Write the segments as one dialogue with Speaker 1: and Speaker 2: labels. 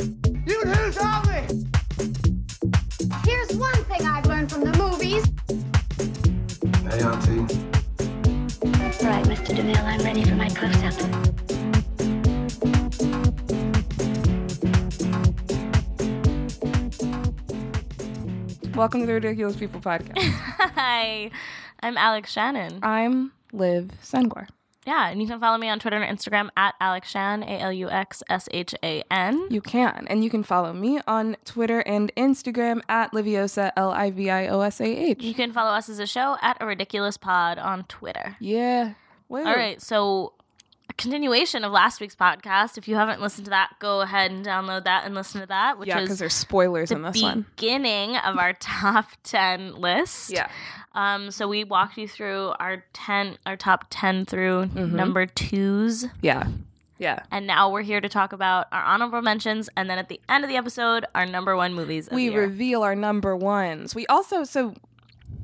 Speaker 1: You lose all this.
Speaker 2: Here's one thing I've learned from the movies.
Speaker 3: Hey, Auntie.
Speaker 4: All right, Mr. DeMille, I'm ready for my close-up.
Speaker 5: Welcome to the Ridiculous People podcast.
Speaker 6: Hi, I'm Alex Shannon.
Speaker 5: I'm Liv Sengor.
Speaker 6: Yeah, and you can follow me on Twitter and Instagram at Alex Shan, A L U X S H A N.
Speaker 5: You can, and you can follow me on Twitter and Instagram at Liviosa, L I V I O S A
Speaker 6: You
Speaker 5: H.
Speaker 6: can follow us as a show at A Ridiculous Pod on Twitter.
Speaker 5: Yeah. Woo.
Speaker 6: All right, so a continuation of last week's podcast. If you haven't listened to that, go ahead and download that and listen to that, which
Speaker 5: Yeah, because
Speaker 6: is
Speaker 5: there's spoilers in
Speaker 6: the
Speaker 5: this one.
Speaker 6: beginning of our top 10 list. Um, so we walked you through our 10, our top 10 through
Speaker 5: Mm-hmm.
Speaker 6: number twos.
Speaker 5: Yeah. Yeah.
Speaker 6: And now we're here to talk about our honorable mentions, and then at the end of the episode, our number one movies. Of
Speaker 5: we
Speaker 6: the year.
Speaker 5: reveal our number ones. We also so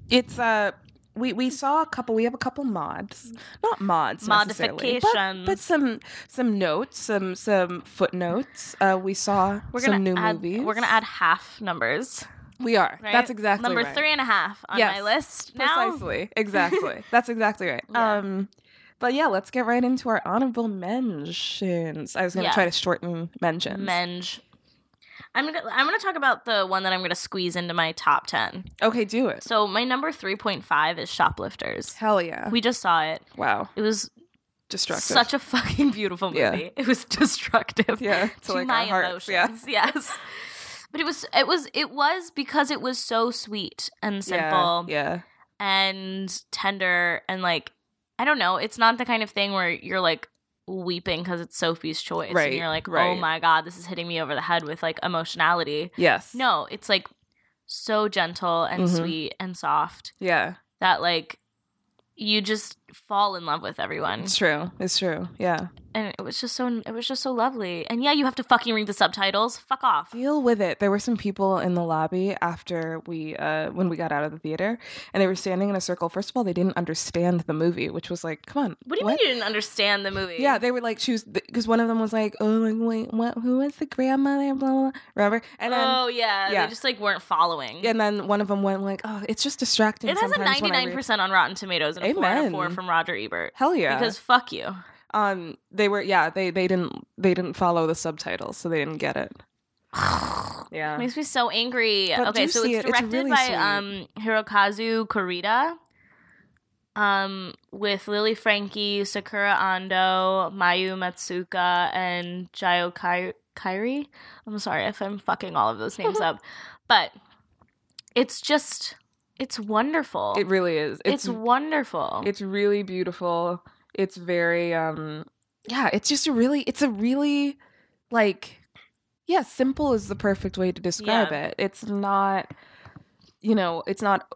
Speaker 5: it's uh we we saw a couple. We have a couple mods, not mods, necessarily, but,
Speaker 6: Modifications.
Speaker 5: but some some notes, some some footnotes. Uh, we saw
Speaker 6: we're
Speaker 5: some new
Speaker 6: add,
Speaker 5: movies.
Speaker 6: We're gonna add half numbers.
Speaker 5: We are.
Speaker 6: Right?
Speaker 5: That's exactly
Speaker 6: number
Speaker 5: right.
Speaker 6: three and a half on
Speaker 5: Yes,
Speaker 6: my list. Now,
Speaker 5: Precisely. Exactly. That's exactly right.
Speaker 6: Yeah.
Speaker 5: Um but yeah, let's get right into our honorable mentions. I was gonna
Speaker 6: Yeah.
Speaker 5: try to shorten mentions.
Speaker 6: Menge. I'm gonna I'm gonna talk about the one that I'm gonna squeeze into my top ten.
Speaker 5: Okay, do it.
Speaker 6: So my number three point five is Shoplifters.
Speaker 5: Hell yeah.
Speaker 6: We just saw it.
Speaker 5: wow.
Speaker 6: It was
Speaker 5: Destructive.
Speaker 6: such a fucking beautiful movie.
Speaker 5: Yeah.
Speaker 6: It was destructive.
Speaker 5: Yeah, to,
Speaker 6: to,
Speaker 5: like,
Speaker 6: my
Speaker 5: our hearts, yeah.
Speaker 6: emotions. Yes. But it was it was it was because it was so sweet and simple
Speaker 5: Yeah.
Speaker 6: and tender and like I don't know, it's not the kind of thing where you're like weeping because it's Sophie's choice
Speaker 5: Right,
Speaker 6: and you're like, "Oh
Speaker 5: right.
Speaker 6: my god, this is hitting me over the head with like emotionality."
Speaker 5: yeah. Yes.
Speaker 6: No, it's like so gentle and
Speaker 5: Mhm.
Speaker 6: sweet and soft
Speaker 5: Yeah.
Speaker 6: that like you just fall in love with everyone.
Speaker 5: It's true. It's true. Yeah.
Speaker 6: and it was just so it was just so lovely. And yeah, you have to fucking read the subtitles. Fuck off.
Speaker 5: Deal with it. There were some people in the lobby after we uh when we got out of the theater and they were standing in a circle. First of all, they didn't understand the movie, which was like, come on.
Speaker 6: What do you mean you didn't understand the movie?
Speaker 5: Yeah, they were like, she was, because one of them was like, oh, like, wait, what, who was the grandmother, blah, blah, blah, remember? And then,
Speaker 6: oh yeah,
Speaker 5: yeah.
Speaker 6: They just like weren't following.
Speaker 5: and then one of them went like, oh, it's just distracting.
Speaker 6: it has a
Speaker 5: sometimes
Speaker 6: ninety
Speaker 5: when I
Speaker 6: nine
Speaker 5: read-"
Speaker 6: percent on Rotten Tomatoes and a four out
Speaker 5: Amen.
Speaker 6: of four from Roger Ebert.
Speaker 5: Hell yeah.
Speaker 6: Because fuck you.
Speaker 5: um, they were, yeah, they, they didn't, they didn't follow the subtitles, so they didn't get it.
Speaker 6: It
Speaker 5: yeah.
Speaker 6: makes me so angry.
Speaker 5: But
Speaker 6: okay,
Speaker 5: do
Speaker 6: so
Speaker 5: see
Speaker 6: it's
Speaker 5: it. It's
Speaker 6: directed
Speaker 5: really
Speaker 6: by
Speaker 5: sweet.
Speaker 6: um Hirokazu Kurita. Um, with Lily Frankie, Sakura Ando, Mayu Matsuka, and Jayo Kai- Kairi. I'm sorry if I'm fucking all of those names up, but it's just, it's wonderful.
Speaker 5: It really is.
Speaker 6: it's, wonderful.
Speaker 5: It's really beautiful. It's very um yeah, it's just a really it's a really like yeah, simple is the perfect way to describe
Speaker 6: Yeah.
Speaker 5: it. It's not you know, it's not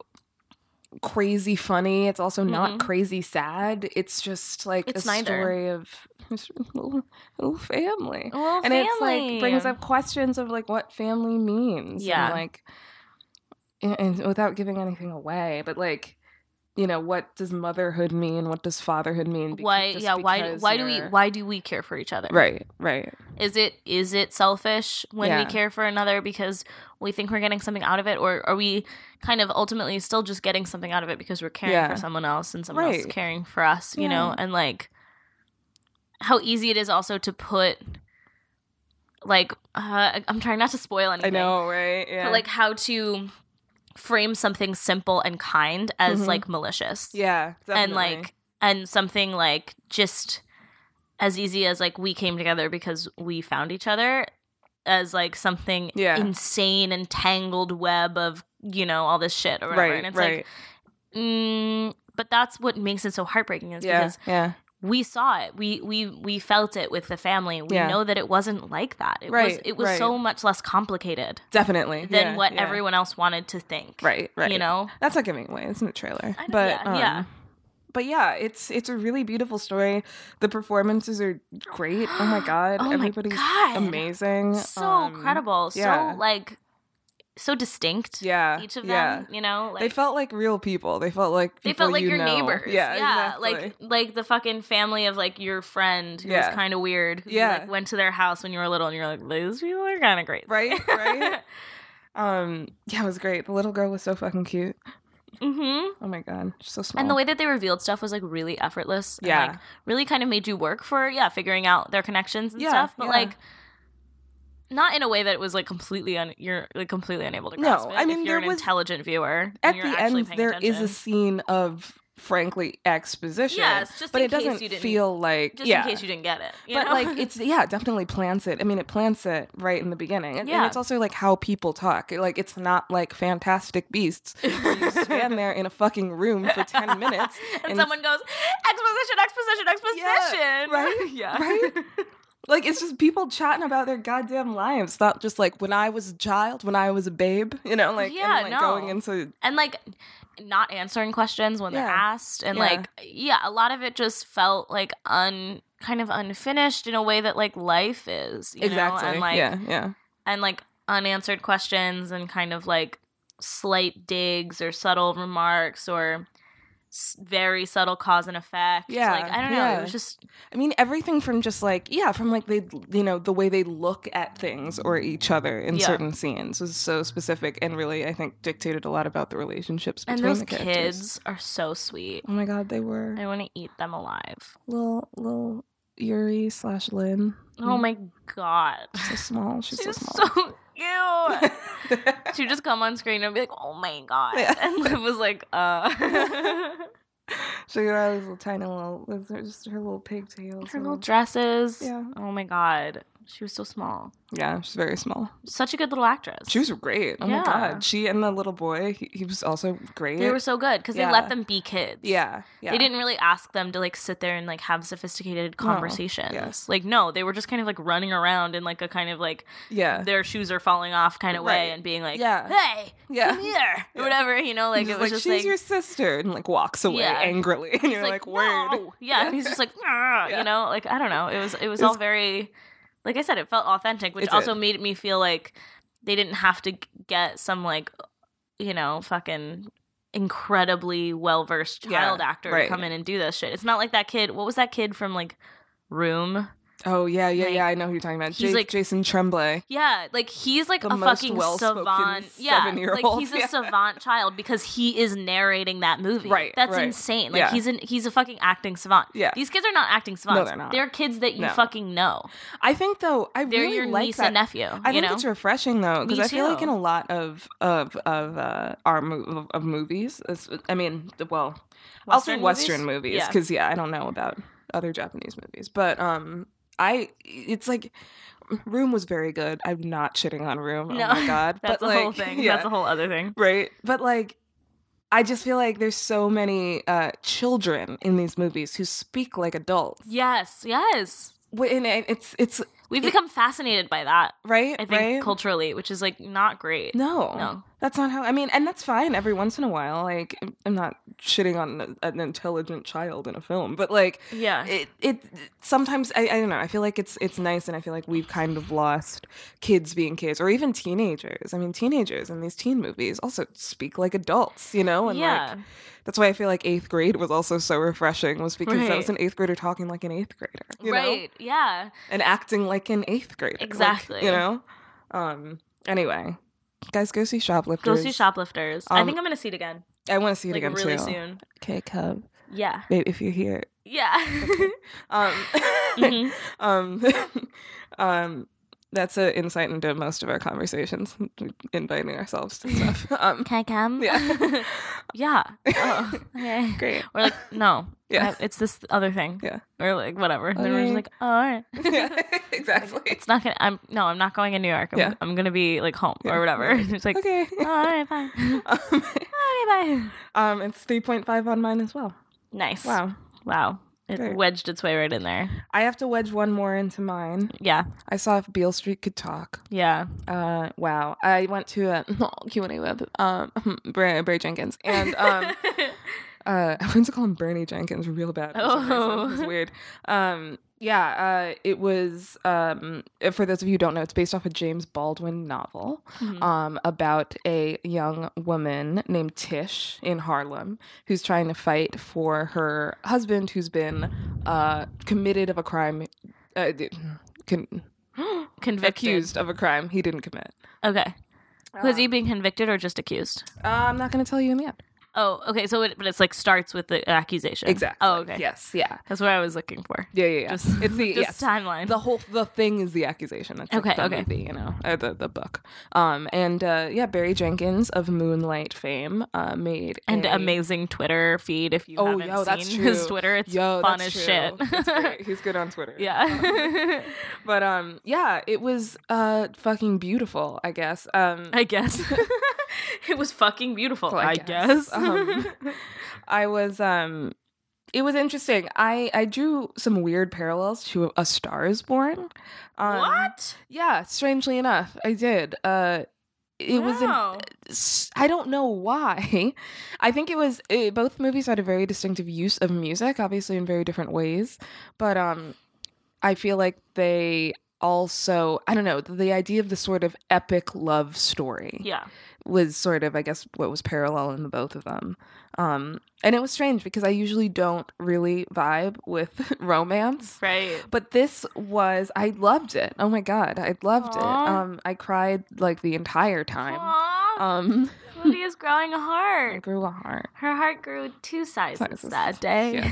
Speaker 5: crazy funny. It's also not
Speaker 6: Mhm.
Speaker 5: crazy sad. It's just like
Speaker 6: It's
Speaker 5: a
Speaker 6: neither.
Speaker 5: story of this little, little family.
Speaker 6: Well,
Speaker 5: and it's like
Speaker 6: family.
Speaker 5: brings up questions of like what family means.
Speaker 6: Yeah.
Speaker 5: And like and, and without giving anything away, but like you know, what does motherhood mean? What does fatherhood mean? Beca-
Speaker 6: why
Speaker 5: just
Speaker 6: yeah why
Speaker 5: because
Speaker 6: why do we
Speaker 5: you're-
Speaker 6: why do we care for each other
Speaker 5: Right, right.
Speaker 6: is it is it selfish when
Speaker 5: Yeah.
Speaker 6: we care for another because we think we're getting something out of it or are we kind of ultimately still just getting something out of it because we're caring
Speaker 5: Yeah.
Speaker 6: for someone else and someone else is
Speaker 5: Right.
Speaker 6: caring for us you know and like how easy it is also to put like uh, i'm trying not to spoil anything
Speaker 5: I know, right? Yeah.
Speaker 6: but like how to frame something simple and kind as
Speaker 5: Mhm.
Speaker 6: like malicious
Speaker 5: yeah, definitely.
Speaker 6: and like and something like just as easy as like we came together because we found each other as like something
Speaker 5: Yeah.
Speaker 6: insane and tangled web of you know all this shit or whatever
Speaker 5: right,
Speaker 6: and it's
Speaker 5: right.
Speaker 6: like mm, but that's what makes it so heartbreaking is
Speaker 5: yeah,
Speaker 6: because
Speaker 5: yeah,
Speaker 6: we saw it we we we felt it with the family we
Speaker 5: Yeah.
Speaker 6: know that it wasn't like that it was
Speaker 5: Right,
Speaker 6: it was
Speaker 5: right.
Speaker 6: so much less complicated
Speaker 5: definitely.
Speaker 6: than
Speaker 5: yeah,
Speaker 6: what
Speaker 5: yeah.
Speaker 6: everyone else wanted to think
Speaker 5: Right, right.
Speaker 6: you know
Speaker 5: That's not giving away. It's in the trailer.
Speaker 6: I know,
Speaker 5: But
Speaker 6: yeah,
Speaker 5: um,
Speaker 6: yeah.
Speaker 5: But yeah, it's it's a really beautiful story. The performances are great. Oh my god,
Speaker 6: Oh my
Speaker 5: everybody's
Speaker 6: God.
Speaker 5: amazing.
Speaker 6: so
Speaker 5: Um,
Speaker 6: incredible
Speaker 5: yeah.
Speaker 6: so like so distinct.
Speaker 5: Yeah,
Speaker 6: Each of
Speaker 5: yeah.
Speaker 6: them, you know, like
Speaker 5: they felt like real people. They felt like
Speaker 6: they
Speaker 5: people
Speaker 6: felt like
Speaker 5: you
Speaker 6: your
Speaker 5: know.
Speaker 6: neighbors.
Speaker 5: Yeah,
Speaker 6: like like the fucking family of like your friend who
Speaker 5: Yeah.
Speaker 6: was kind of weird. Who,
Speaker 5: Yeah.
Speaker 6: like went to their house when you were little, and you're like, these people are kind of great,
Speaker 5: Right, right. um, yeah, it was great. The little girl was so fucking cute.
Speaker 6: mm-hmm.
Speaker 5: Oh my god, she's so small.
Speaker 6: And the way that they revealed stuff was like really effortless. and,
Speaker 5: yeah,
Speaker 6: like, really kind of made you work for yeah figuring out their connections and
Speaker 5: Yeah,
Speaker 6: stuff but
Speaker 5: yeah.
Speaker 6: like not in a way that it was like completely un- you're like completely unable to
Speaker 5: No,
Speaker 6: grasp it
Speaker 5: I mean,
Speaker 6: if you're
Speaker 5: there
Speaker 6: an
Speaker 5: was-
Speaker 6: intelligent viewer
Speaker 5: at
Speaker 6: and you're
Speaker 5: the
Speaker 6: actually
Speaker 5: end
Speaker 6: paying
Speaker 5: there is
Speaker 6: attention.
Speaker 5: a scene of frankly exposition.
Speaker 6: yes just
Speaker 5: but
Speaker 6: in
Speaker 5: it
Speaker 6: case
Speaker 5: doesn't
Speaker 6: you didn't
Speaker 5: feel like
Speaker 6: just
Speaker 5: yeah.
Speaker 6: in case you didn't get it you
Speaker 5: but
Speaker 6: know?
Speaker 5: like it's yeah, it definitely plants it. I mean, it plants it right in the beginning, and, and
Speaker 6: Yeah.
Speaker 5: it's also like how people talk. Like it's not like Fantastic Beasts. where you stand there in a fucking room for ten minutes,
Speaker 6: and,
Speaker 5: and-
Speaker 6: someone goes exposition exposition exposition
Speaker 5: right?
Speaker 6: yeah
Speaker 5: Right? Like it's just people chatting about their goddamn lives, not just like when I was a child, when I was a babe, you know, like
Speaker 6: Yeah,
Speaker 5: and, like
Speaker 6: no.
Speaker 5: going into
Speaker 6: and like not answering questions when they're
Speaker 5: Yeah.
Speaker 6: asked and
Speaker 5: Yeah.
Speaker 6: like yeah a lot of it just felt like un kind of unfinished in a way that like life is you know?
Speaker 5: exactly,
Speaker 6: and like
Speaker 5: yeah, yeah,
Speaker 6: and like unanswered questions and kind of like slight digs or subtle remarks or s- very subtle cause and effect
Speaker 5: Yeah,
Speaker 6: like i don't know
Speaker 5: yeah.
Speaker 6: it was just
Speaker 5: I mean everything from just like yeah, from like they you know the way they look at things or each other in
Speaker 6: Yeah.
Speaker 5: certain scenes was so specific and really I think dictated a lot about the relationships
Speaker 6: and
Speaker 5: between
Speaker 6: those
Speaker 5: the characters.
Speaker 6: kids are so sweet
Speaker 5: Oh my god, they were
Speaker 6: i want to eat them alive
Speaker 5: little little Yuri slash Lynn.
Speaker 6: oh my god
Speaker 5: so small. She's,
Speaker 6: she's
Speaker 5: Mm-hmm. so
Speaker 6: so
Speaker 5: small.
Speaker 6: cute she would just come on screen and be like, "Oh my god,"
Speaker 5: Yeah.
Speaker 6: and Liv was like, "Uh."
Speaker 5: she got this little tiny little with her, just her little pigtails.
Speaker 6: Her
Speaker 5: and
Speaker 6: little dresses.
Speaker 5: Yeah.
Speaker 6: Oh my god, she was so small.
Speaker 5: Yeah, she's very small.
Speaker 6: Such a good little actress.
Speaker 5: She was great. Oh
Speaker 6: Yeah.
Speaker 5: my god, she and the little boy. He, he was also great.
Speaker 6: They were so good because
Speaker 5: Yeah.
Speaker 6: they let them be kids.
Speaker 5: yeah, yeah.
Speaker 6: They didn't really ask them to like sit there and like have sophisticated
Speaker 5: No.
Speaker 6: conversations.
Speaker 5: Yes.
Speaker 6: Like no, they were just kind of like running around in like a kind of like
Speaker 5: Yeah,
Speaker 6: their shoes are falling off kind of way
Speaker 5: Uh. Right.
Speaker 6: and being like,
Speaker 5: Yeah.
Speaker 6: "Hey,
Speaker 5: yeah.
Speaker 6: come here," or whatever. You know, like
Speaker 5: Just
Speaker 6: it was just
Speaker 5: she's
Speaker 6: like
Speaker 5: your sister, and like walks away
Speaker 6: Yeah.
Speaker 5: angrily, and you're like, word.
Speaker 6: "No." Yeah, and he's just like, "Ah,"
Speaker 5: Yeah.
Speaker 6: you know, like I don't know. It was it was
Speaker 5: It's-
Speaker 6: all very, like I said, it felt authentic, which
Speaker 5: It
Speaker 6: also
Speaker 5: did.
Speaker 6: made me feel like they didn't have to g- get some like, you know, fucking incredibly well versed
Speaker 5: Yeah,
Speaker 6: child actor
Speaker 5: right.
Speaker 6: to come in and do this shit. It's not like that kid. What was that kid from like Room?
Speaker 5: Oh yeah, yeah,
Speaker 6: Like,
Speaker 5: yeah. I know who you're talking about.
Speaker 6: he's
Speaker 5: Jake,
Speaker 6: like-
Speaker 5: Jason Tremblay.
Speaker 6: Yeah, like he's like
Speaker 5: The
Speaker 6: a
Speaker 5: most
Speaker 6: fucking
Speaker 5: well-spoken
Speaker 6: savant. Yeah, like
Speaker 5: seven-year-old.
Speaker 6: he's a
Speaker 5: Yeah.
Speaker 6: savant child because he is narrating that movie.
Speaker 5: Right,
Speaker 6: that's
Speaker 5: right.
Speaker 6: insane. Like
Speaker 5: Yeah.
Speaker 6: he's an he's a fucking acting savant.
Speaker 5: Yeah.
Speaker 6: these kids are not acting savants.
Speaker 5: they're not.
Speaker 6: kids that you
Speaker 5: No.
Speaker 6: fucking know.
Speaker 5: I think though, I
Speaker 6: They're
Speaker 5: really
Speaker 6: your
Speaker 5: like
Speaker 6: niece
Speaker 5: that.
Speaker 6: and nephew.
Speaker 5: I
Speaker 6: you
Speaker 5: think
Speaker 6: know,
Speaker 5: it's refreshing though,
Speaker 6: Me
Speaker 5: because I feel like
Speaker 6: too.
Speaker 5: in a lot of of of uh, our mo- of movies, it's- I mean, well, I'll say Western movies
Speaker 6: Yeah.
Speaker 5: because yeah. I don't know about other Japanese movies, but um, I it's like Room was very good. I'm not shitting on Room.
Speaker 6: No,
Speaker 5: oh my god,
Speaker 6: That's
Speaker 5: but
Speaker 6: a
Speaker 5: like,
Speaker 6: whole thing.
Speaker 5: Yeah,
Speaker 6: That's a whole other thing.
Speaker 5: right. But like, I just feel like there's so many uh, children in these movies who speak like adults.
Speaker 6: Yes, yes.
Speaker 5: Wh- And it- it's it's
Speaker 6: We've
Speaker 5: It-
Speaker 6: become fascinated by that.
Speaker 5: right,
Speaker 6: I think
Speaker 5: right.
Speaker 6: culturally, which is like not great.
Speaker 5: no,
Speaker 6: no.
Speaker 5: That's not how. I mean, and that's fine every once in a while. Like, I'm- I'm not shitting on an- an intelligent child in a film, but like,
Speaker 6: Yeah.
Speaker 5: it it sometimes I, I don't know. I feel like it's it's nice, and I feel like we've kind of lost kids being kids, or even teenagers. I mean, teenagers in these teen movies also speak like adults, you know. And
Speaker 6: yeah.
Speaker 5: like, that's why I feel like eighth grade was also so refreshing, was because that was
Speaker 6: Right.
Speaker 5: an eighth grader talking like an eighth grader, you know?
Speaker 6: right. Yeah.
Speaker 5: and acting like an eighth grader. like,
Speaker 6: Exactly.
Speaker 5: you know? Um anyway. Guys, go see
Speaker 6: Go
Speaker 5: Shoplifters.
Speaker 6: see Shoplifters. I
Speaker 5: Um,
Speaker 6: think I'm gonna see it again.
Speaker 5: I want to see it
Speaker 6: Like
Speaker 5: again
Speaker 6: really
Speaker 5: too.
Speaker 6: soon.
Speaker 5: Okay, Cub.
Speaker 6: Yeah.
Speaker 5: Babe, if you're here.
Speaker 6: Yeah.
Speaker 5: Um,
Speaker 6: Mhm.
Speaker 5: um, um, that's an insight into most of our conversations, inviting ourselves to stuff. Um,
Speaker 6: Can I come?
Speaker 5: yeah.
Speaker 6: yeah. Oh, okay.
Speaker 5: Great.
Speaker 6: We're like, no.
Speaker 5: Yeah.
Speaker 6: I- it's this other thing.
Speaker 5: Yeah.
Speaker 6: Or like whatever. And then we're
Speaker 5: Okay.
Speaker 6: just like, oh, all right.
Speaker 5: yeah, exactly.
Speaker 6: It's not gonna. I'm no. I'm not going in New York. I'm,
Speaker 5: Yeah.
Speaker 6: I'm gonna be like home
Speaker 5: Yeah.
Speaker 6: or whatever. it's like,
Speaker 5: Okay.
Speaker 6: oh, all right, fine. okay,
Speaker 5: Um,
Speaker 6: bye.
Speaker 5: um, it's 3.5 on mine as well.
Speaker 6: Nice.
Speaker 5: Wow.
Speaker 6: Wow. It
Speaker 5: Great.
Speaker 6: wedged its way right in there.
Speaker 5: I have to wedge one more into mine.
Speaker 6: Yeah.
Speaker 5: I saw if Beale Street could talk.
Speaker 6: Yeah.
Speaker 5: Uh, wow. I went to a Q&A with um, Barry, Barry Jenkins. And um, uh, I went to call him Bernie Jenkins real bad. for some reason.
Speaker 6: Oh.
Speaker 5: It was weird. Um, Yeah, uh, it was. Um, for those of you who don't know, it's based off a James Baldwin novel
Speaker 6: Mhm.
Speaker 5: um, about a young woman named Tish in Harlem who's trying to fight for her husband who's been uh, committed of a crime, uh, d- con-
Speaker 6: Convicted.
Speaker 5: accused Ah. of a crime he didn't commit.
Speaker 6: Okay. Was he being convicted or just accused?
Speaker 5: Uh, I'm not going to tell you in the end.
Speaker 6: Oh, okay. So, it, but it's like starts with the accusation.
Speaker 5: Exactly.
Speaker 6: Oh, okay.
Speaker 5: Yes. Yeah.
Speaker 6: That's what I was looking for.
Speaker 5: Yeah. Yeah. yeah.
Speaker 6: Just-
Speaker 5: it's the yes.
Speaker 6: Just timeline.
Speaker 5: the whole the thing is the accusation. That's
Speaker 6: Okay,
Speaker 5: like the
Speaker 6: okay.
Speaker 5: movie, you know, uh, the the book. Um, and uh, yeah, Barry Jenkins of Moonlight fame uh, made
Speaker 6: and
Speaker 5: a-
Speaker 6: amazing Twitter feed if you
Speaker 5: Oh,
Speaker 6: haven't
Speaker 5: yo,
Speaker 6: seen
Speaker 5: that's
Speaker 6: his
Speaker 5: true.
Speaker 6: Twitter. It's
Speaker 5: Yo,
Speaker 6: fun as
Speaker 5: that's
Speaker 6: shit.
Speaker 5: true. It's great. He's good on Twitter. Um,
Speaker 6: yeah.
Speaker 5: but um, yeah, it was uh fucking beautiful. I guess. Um,
Speaker 6: I guess. it was fucking beautiful,
Speaker 5: Well,
Speaker 6: I,
Speaker 5: Oh, I
Speaker 6: guess.
Speaker 5: guess. Um, I was um it was interesting. I I drew some weird parallels to A Star is Born. Um,
Speaker 6: what?
Speaker 5: Yeah, strangely enough, I did. Uh it was an,
Speaker 6: Wow.
Speaker 5: s- I don't know why. I think it was eh, both movies had a very distinctive use of music, obviously in very different ways, but um I feel like they also, I don't know, the idea of the sort of epic love story
Speaker 6: Yeah.
Speaker 5: was sort of, I guess, what was parallel in the both of them. Um, and it was strange because I usually don't really vibe with romance.
Speaker 6: Right.
Speaker 5: But this was, I loved it. Oh my God, I loved it.
Speaker 6: Aw.
Speaker 5: Um, I cried like the entire time.
Speaker 6: Aww,
Speaker 5: Um,
Speaker 6: Lily is growing a
Speaker 5: I
Speaker 6: heart.
Speaker 5: grew a heart.
Speaker 6: Her heart grew two sizes,
Speaker 5: Sizes.
Speaker 6: that day.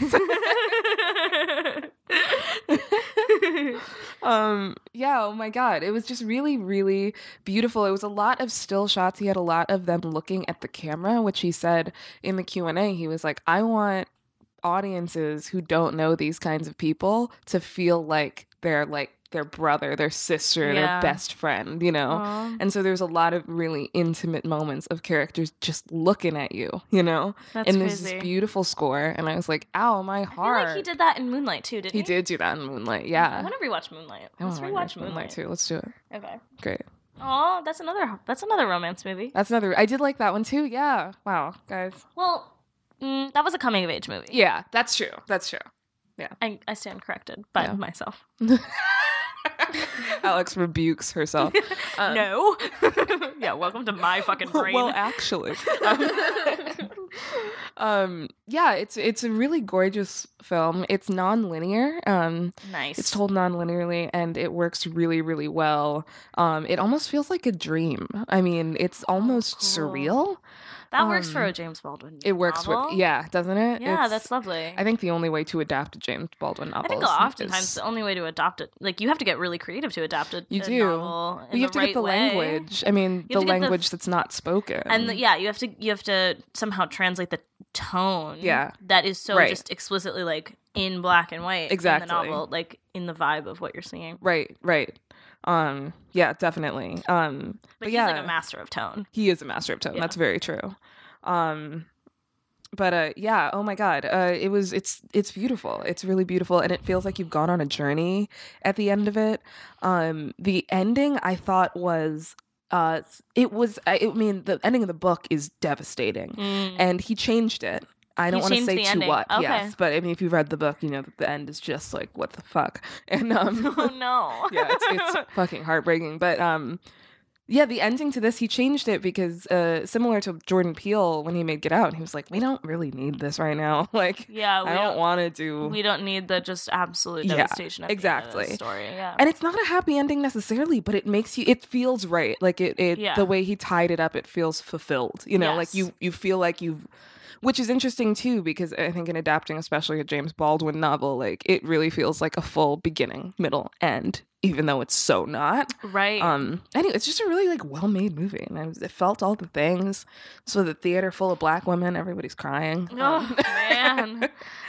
Speaker 5: Um, yeah, oh my God. It was just really, really beautiful. It was a lot of still shots. He had a lot of them looking at the camera, which he said in the Q&A. He was like, I want audiences who don't know these kinds of people to feel like they're like their brother, their sister,
Speaker 6: Yeah.
Speaker 5: their best friend, you know?
Speaker 6: Aw,
Speaker 5: And so there's a lot of really intimate moments of characters just looking at you, you know?
Speaker 6: that's
Speaker 5: and there's
Speaker 6: crazy.
Speaker 5: this beautiful score. And I was like, ow, my
Speaker 6: I feel
Speaker 5: heart.
Speaker 6: like he did that in Moonlight too, didn't he? Oh
Speaker 5: He did do that in Moonlight,
Speaker 6: I
Speaker 5: yeah.
Speaker 6: want to rewatch Moonlight.
Speaker 5: I
Speaker 6: Let's
Speaker 5: wanna
Speaker 6: rewatch Moonlight.
Speaker 5: too. Let's do it.
Speaker 6: Okay.
Speaker 5: Great.
Speaker 6: Oh, that's another that's another romance movie.
Speaker 5: That's another. I did like that one too. Yeah. Wow, guys.
Speaker 6: Well, mm, that was a coming of age movie.
Speaker 5: Yeah, that's true. That's true.
Speaker 6: I, I stand corrected by
Speaker 5: Yeah.
Speaker 6: myself.
Speaker 5: Alex rebukes herself. Um,
Speaker 6: no. yeah, welcome to my fucking brain.
Speaker 5: Well, actually, um, um, yeah, it's it's a really gorgeous film. It's non-linear. Um,
Speaker 6: nice.
Speaker 5: it's told non-linearly, and it works really, really well. Um, it almost feels like a dream. I mean, it's almost
Speaker 6: Oh, cool.
Speaker 5: surreal.
Speaker 6: that works for
Speaker 5: um,
Speaker 6: a James Baldwin.
Speaker 5: It works
Speaker 6: novel.
Speaker 5: with yeah, doesn't it?
Speaker 6: Yeah,
Speaker 5: It's-
Speaker 6: that's lovely.
Speaker 5: I think the only way to adapt a James Baldwin
Speaker 6: I
Speaker 5: novel.
Speaker 6: think
Speaker 5: is-
Speaker 6: oftentimes
Speaker 5: is-
Speaker 6: the only way to adopt it, like you have to get really creative to adapt it.
Speaker 5: You
Speaker 6: a
Speaker 5: do.
Speaker 6: Novel in
Speaker 5: Well, you have to
Speaker 6: right
Speaker 5: get the
Speaker 6: way.
Speaker 5: language. I mean,
Speaker 6: You
Speaker 5: the
Speaker 6: have to get the-
Speaker 5: language that's not spoken.
Speaker 6: and the, yeah, you have to you have to somehow translate the tone.
Speaker 5: Yeah.
Speaker 6: that is so
Speaker 5: Right.
Speaker 6: just explicitly like in black and white.
Speaker 5: Exactly.
Speaker 6: in the novel, like in the vibe of what you're seeing.
Speaker 5: right, right. Um, yeah, definitely. Um,
Speaker 6: But,
Speaker 5: but
Speaker 6: he's
Speaker 5: yeah,
Speaker 6: like a master of tone.
Speaker 5: he is a master of tone.
Speaker 6: Yeah.
Speaker 5: That's very true. Um, but uh, yeah. Oh my God. Uh, it was. It's. It's beautiful. It's really beautiful, and it feels like you've gone on a journey at the end of it. Um, the ending I thought was. Uh, it was. I, I mean, the ending of the book is devastating.
Speaker 6: Mm.
Speaker 5: and he changed it. I don't
Speaker 6: He
Speaker 5: want to
Speaker 6: changed
Speaker 5: say
Speaker 6: the
Speaker 5: to
Speaker 6: ending.
Speaker 5: what,
Speaker 6: Okay.
Speaker 5: yes, but I mean, if you've read the book, you know that the end is just like what the fuck, and
Speaker 6: oh
Speaker 5: um,
Speaker 6: no.
Speaker 5: yeah, it's, it's fucking heartbreaking. But um, yeah, the ending to this, he changed it because uh, similar to Jordan Peele when he made Get Out, he was like, we don't really need this right now. Like,
Speaker 6: yeah. We
Speaker 5: I don't want to do.
Speaker 6: We don't need the just absolute
Speaker 5: Yeah,
Speaker 6: devastation. of The end of
Speaker 5: exactly.
Speaker 6: the story. Yeah.
Speaker 5: and it's not a happy ending necessarily, but it makes you. It feels right. Like it. it
Speaker 6: Yeah.
Speaker 5: The way he tied it up, it feels fulfilled. You know, like
Speaker 6: Yes.
Speaker 5: you. You feel like you've. Which is interesting too, because I think in adapting, especially a James Baldwin novel, like it really feels like a full beginning, middle, end, even though it's so not.
Speaker 6: right.
Speaker 5: Um. Anyway, it's just a really like well-made movie, and I was, it felt all the things. So the theater full of black women, everybody's crying.
Speaker 6: oh
Speaker 5: Um,
Speaker 6: man,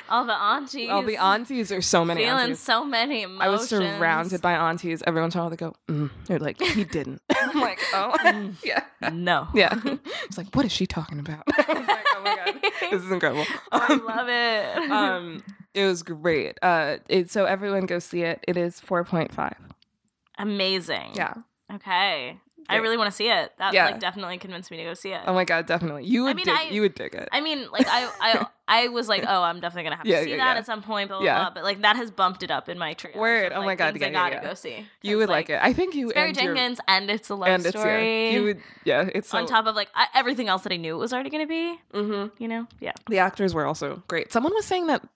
Speaker 6: all the aunties.
Speaker 5: all the aunties are so many.
Speaker 6: feeling
Speaker 5: aunties.
Speaker 6: so many emotions.
Speaker 5: I was surrounded by aunties. Everyone's trying to go, mm. they're like, he didn't. I'm like, oh, yeah.
Speaker 6: no.
Speaker 5: Yeah. It's like, what is she talking about? I was like, oh my God. This is incredible.
Speaker 6: Oh, I love it.
Speaker 5: Um, it was great. Uh, it, so everyone go see it. It is 4.5.
Speaker 6: Amazing.
Speaker 5: Yeah.
Speaker 6: Okay. I
Speaker 5: Great.
Speaker 6: really want to see it. That
Speaker 5: Yeah.
Speaker 6: like definitely convinced me to go see it.
Speaker 5: Oh my God, definitely. You would
Speaker 6: mean,
Speaker 5: dig,
Speaker 6: I-
Speaker 5: you would dig it.
Speaker 6: I mean, like I I I was like, oh, I'm definitely gonna have
Speaker 5: Yeah,
Speaker 6: to see
Speaker 5: yeah,
Speaker 6: that
Speaker 5: yeah.
Speaker 6: at some point, blah blah,
Speaker 5: Yeah.
Speaker 6: blah. But like that has bumped it up in my tree.
Speaker 5: Word. Oh my God,
Speaker 6: I
Speaker 5: yeah, yeah,
Speaker 6: gotta
Speaker 5: yeah.
Speaker 6: go see.
Speaker 5: You would like, it. I think you
Speaker 6: It's Barry
Speaker 5: and your-
Speaker 6: Jenkins, and it's a love
Speaker 5: and it's yeah,
Speaker 6: story.
Speaker 5: you would yeah. It's
Speaker 6: on
Speaker 5: so-
Speaker 6: top of like I, everything else that I knew it was already gonna be.
Speaker 5: Mhm.
Speaker 6: You know, yeah.
Speaker 5: The actors were also great. Someone was saying that